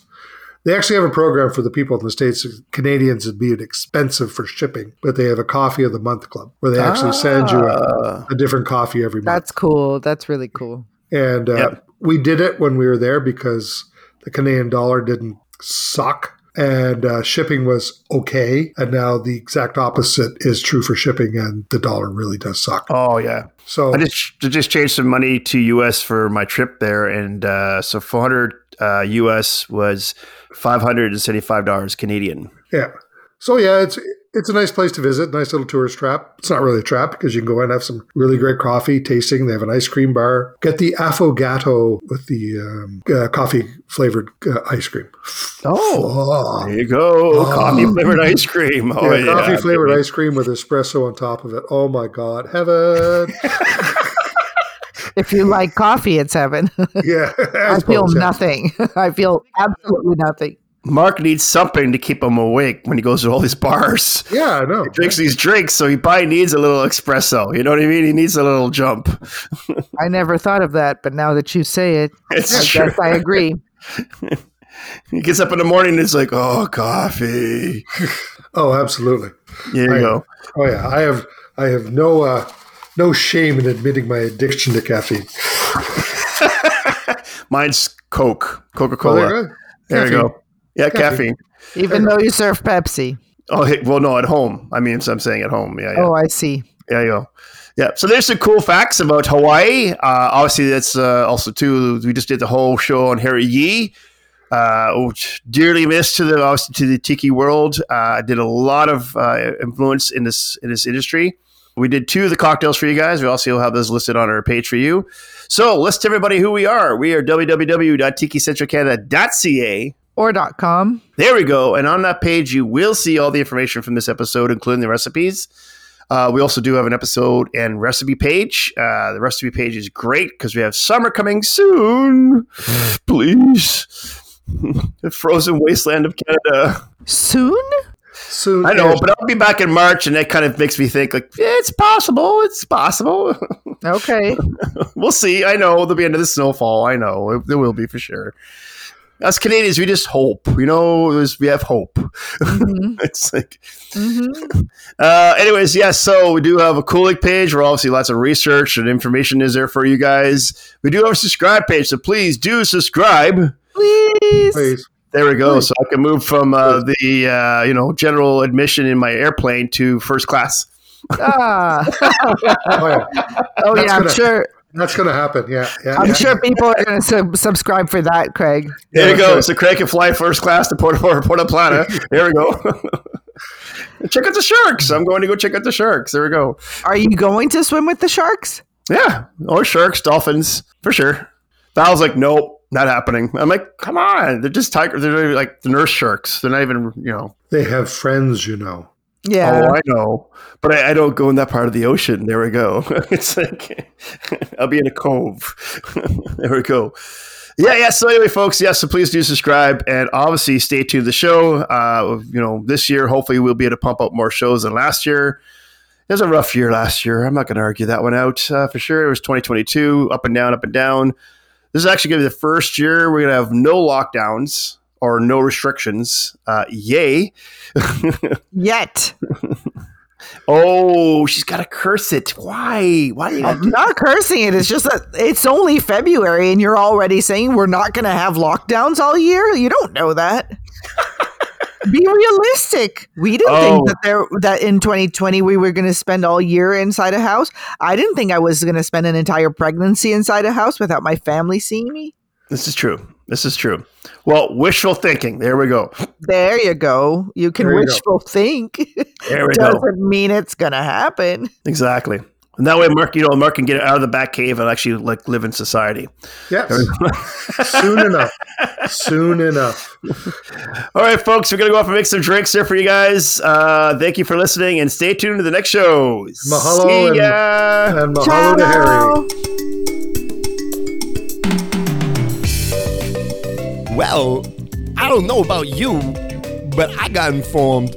Speaker 2: They actually have a program for the people in the States. Canadians would be expensive for shipping, but they have a Coffee of the Month Club where they actually send you
Speaker 3: Uh, Ah.
Speaker 2: a, a different coffee every month.
Speaker 4: That's cool. That's really cool.
Speaker 2: And uh,
Speaker 3: Yep.
Speaker 2: we did it when we were there because the Canadian dollar didn't suck and uh, shipping was okay. And now the exact opposite is true for shipping and the dollar really does suck.
Speaker 3: Oh, yeah.
Speaker 2: So
Speaker 3: I just I just changed some money to US for my trip there, and uh, so four hundred uh, US was $575 Canadian.
Speaker 2: Yeah. So yeah, it's it's a nice place to visit. Nice little tourist trap. It's not really a trap because you can go in and have some really great coffee tasting. They have an ice cream bar. Get the affogato with the um, uh, coffee flavored uh, ice cream. Ah.
Speaker 3: Oh, there you go. coffee flavored ice cream. Oh, yeah.
Speaker 2: Oh. coffee flavored ice cream with espresso on top of it. Oh my god, heaven!
Speaker 4: If you like coffee, it's heaven.
Speaker 2: yeah,
Speaker 4: I feel
Speaker 2: suppose, yeah.
Speaker 4: nothing. I feel absolutely nothing.
Speaker 3: Mark needs something to keep him awake when he goes to all these bars.
Speaker 2: Yeah, I know.
Speaker 3: Drinks these drinks, so he probably needs a little espresso. You know what I mean? He needs a little jump.
Speaker 4: I never thought of that, but now that you say it,
Speaker 3: It's
Speaker 4: I
Speaker 3: true.
Speaker 4: guess I agree.
Speaker 3: He gets up in the morning and it's like, oh, coffee.
Speaker 2: Oh, absolutely.
Speaker 3: There you
Speaker 2: I-
Speaker 3: go.
Speaker 2: Oh yeah, I have I have no uh, no shame in admitting my addiction to caffeine.
Speaker 3: Mine's Coke, Coca
Speaker 2: Well,
Speaker 3: Cola.
Speaker 2: Oh, there
Speaker 3: Oh, there
Speaker 2: you go.
Speaker 3: you
Speaker 2: Caffeine.
Speaker 3: go. Yeah, caffeine.
Speaker 4: Even though you serve Pepsi.
Speaker 3: Oh, hey, well, no, at home. I mean, so I'm saying at home. Yeah, yeah.
Speaker 4: Oh, I see.
Speaker 3: There you go. Yeah. So there's some cool facts about Hawaii. Uh, obviously, that's uh, also too. We just did the whole show on Harry Yee, uh, which dearly missed to the obviously to the tiki world. Uh, did a lot of uh, influence in this in this industry. We did two of the cocktails for you guys. We also have those listed on our page for you. So list to everybody who we are. We are www.tikicentralcanada.ca.
Speaker 4: Or dot com.
Speaker 3: There we go. And on that page, you will see all the information from this episode, including the recipes. Uh, we also do have an episode and recipe page. Uh, the recipe page is great because we have summer coming soon. Please. the frozen wasteland of Canada.
Speaker 4: Soon?
Speaker 2: Soon,
Speaker 3: I know, but I'll be back in March, and that kind of makes me think, like, yeah, it's possible. It's possible.
Speaker 4: Okay.
Speaker 3: we'll see. I know there'll be another snowfall. I know it, there will be for sure. Us Canadians, we just hope. You know, there's- we have hope. it's like
Speaker 4: Mhm.
Speaker 3: uh, anyways, yes. so we do have a Kulik page where obviously lots of research and information is there for you guys. We do have a subscribe page, so please do subscribe.
Speaker 4: Please.
Speaker 2: Please.
Speaker 3: There we go. So I can move from uh, the uh, you know general admission in my airplane to first class.
Speaker 4: Ah.
Speaker 2: Oh, yeah.
Speaker 4: Oh,
Speaker 2: That's
Speaker 4: yeah, I'm
Speaker 2: gonna-
Speaker 4: sure.
Speaker 2: That's going to happen. Yeah, yeah.
Speaker 4: I'm
Speaker 2: yeah.
Speaker 4: sure people are going to sub- subscribe for that, Craig.
Speaker 3: There
Speaker 2: Yeah,
Speaker 3: you
Speaker 2: that's
Speaker 3: go.
Speaker 2: right.
Speaker 3: So Craig can fly first class to Puerto, Puerto Plata. There we go. check out the sharks. I'm going to go check out the sharks. There we go.
Speaker 4: Are you going to swim with the sharks?
Speaker 3: Yeah. Or sharks, dolphins, for sure. Val's like, nope, not happening. I'm like, come on. They're just tiger. They're not even, like the nurse sharks. They're not even, you know.
Speaker 2: They have friends, you know.
Speaker 4: Yeah.
Speaker 3: Oh, I know. But I, I don't go in that part of the ocean. There we go. it's like, I'll be in a cove. there we go. Yeah, yeah. So anyway, folks, yeah. So please do subscribe and obviously stay tuned to the show. Uh, you know, this year hopefully we'll be able to pump up more shows than last year. It was a rough year last year. I'm not going to argue that one out uh, for sure. It was 2022, up and down, up and down. This is actually going to be the first year we're going to have no lockdowns or no restrictions. Uh, yay!
Speaker 4: Yet.
Speaker 3: Oh, she's got to curse it. Why? Why you gotta
Speaker 4: I'm
Speaker 3: do
Speaker 4: not cursing it. It's just that it's only February and you're already saying we're not going to have lockdowns all year. You don't know that. Be realistic. We didn't
Speaker 3: Oh.
Speaker 4: think that there that in 2020 we were going to spend all year inside a house. I didn't think I was going to spend an entire pregnancy inside a house without my family seeing me.
Speaker 3: This is true. This is true. Well, wishful thinking. There we go.
Speaker 4: There you go. You can
Speaker 2: There you go.
Speaker 4: wishful think.
Speaker 3: There we
Speaker 4: Doesn't
Speaker 3: go.
Speaker 4: mean it's going to happen.
Speaker 3: Exactly. And that way, Mark, you know, Mark can get out of the back cave and actually like live in society.
Speaker 2: Yes. Soon enough. Soon enough.
Speaker 3: All right, folks, we're gonna go off and make some drinks here for you guys. Uh, thank you for listening, and stay tuned to the next show.
Speaker 2: Mahalo
Speaker 3: See
Speaker 2: and-
Speaker 3: ya.
Speaker 2: And mahalo to Harry.
Speaker 1: Well, I don't know about you, but I got informed.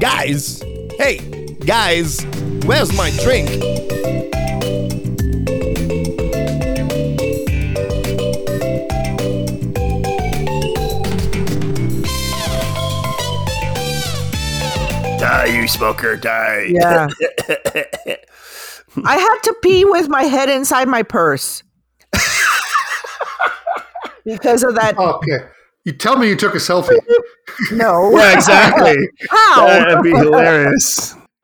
Speaker 1: Guys, hey, guys, where's my drink?
Speaker 3: die, you smoker, die.
Speaker 4: Yeah. I had to pee with my head inside my purse. because of that.
Speaker 2: Okay. You tell me you took a selfie.
Speaker 4: No.
Speaker 3: Yeah, exactly.
Speaker 4: How?
Speaker 3: That'd be hilarious.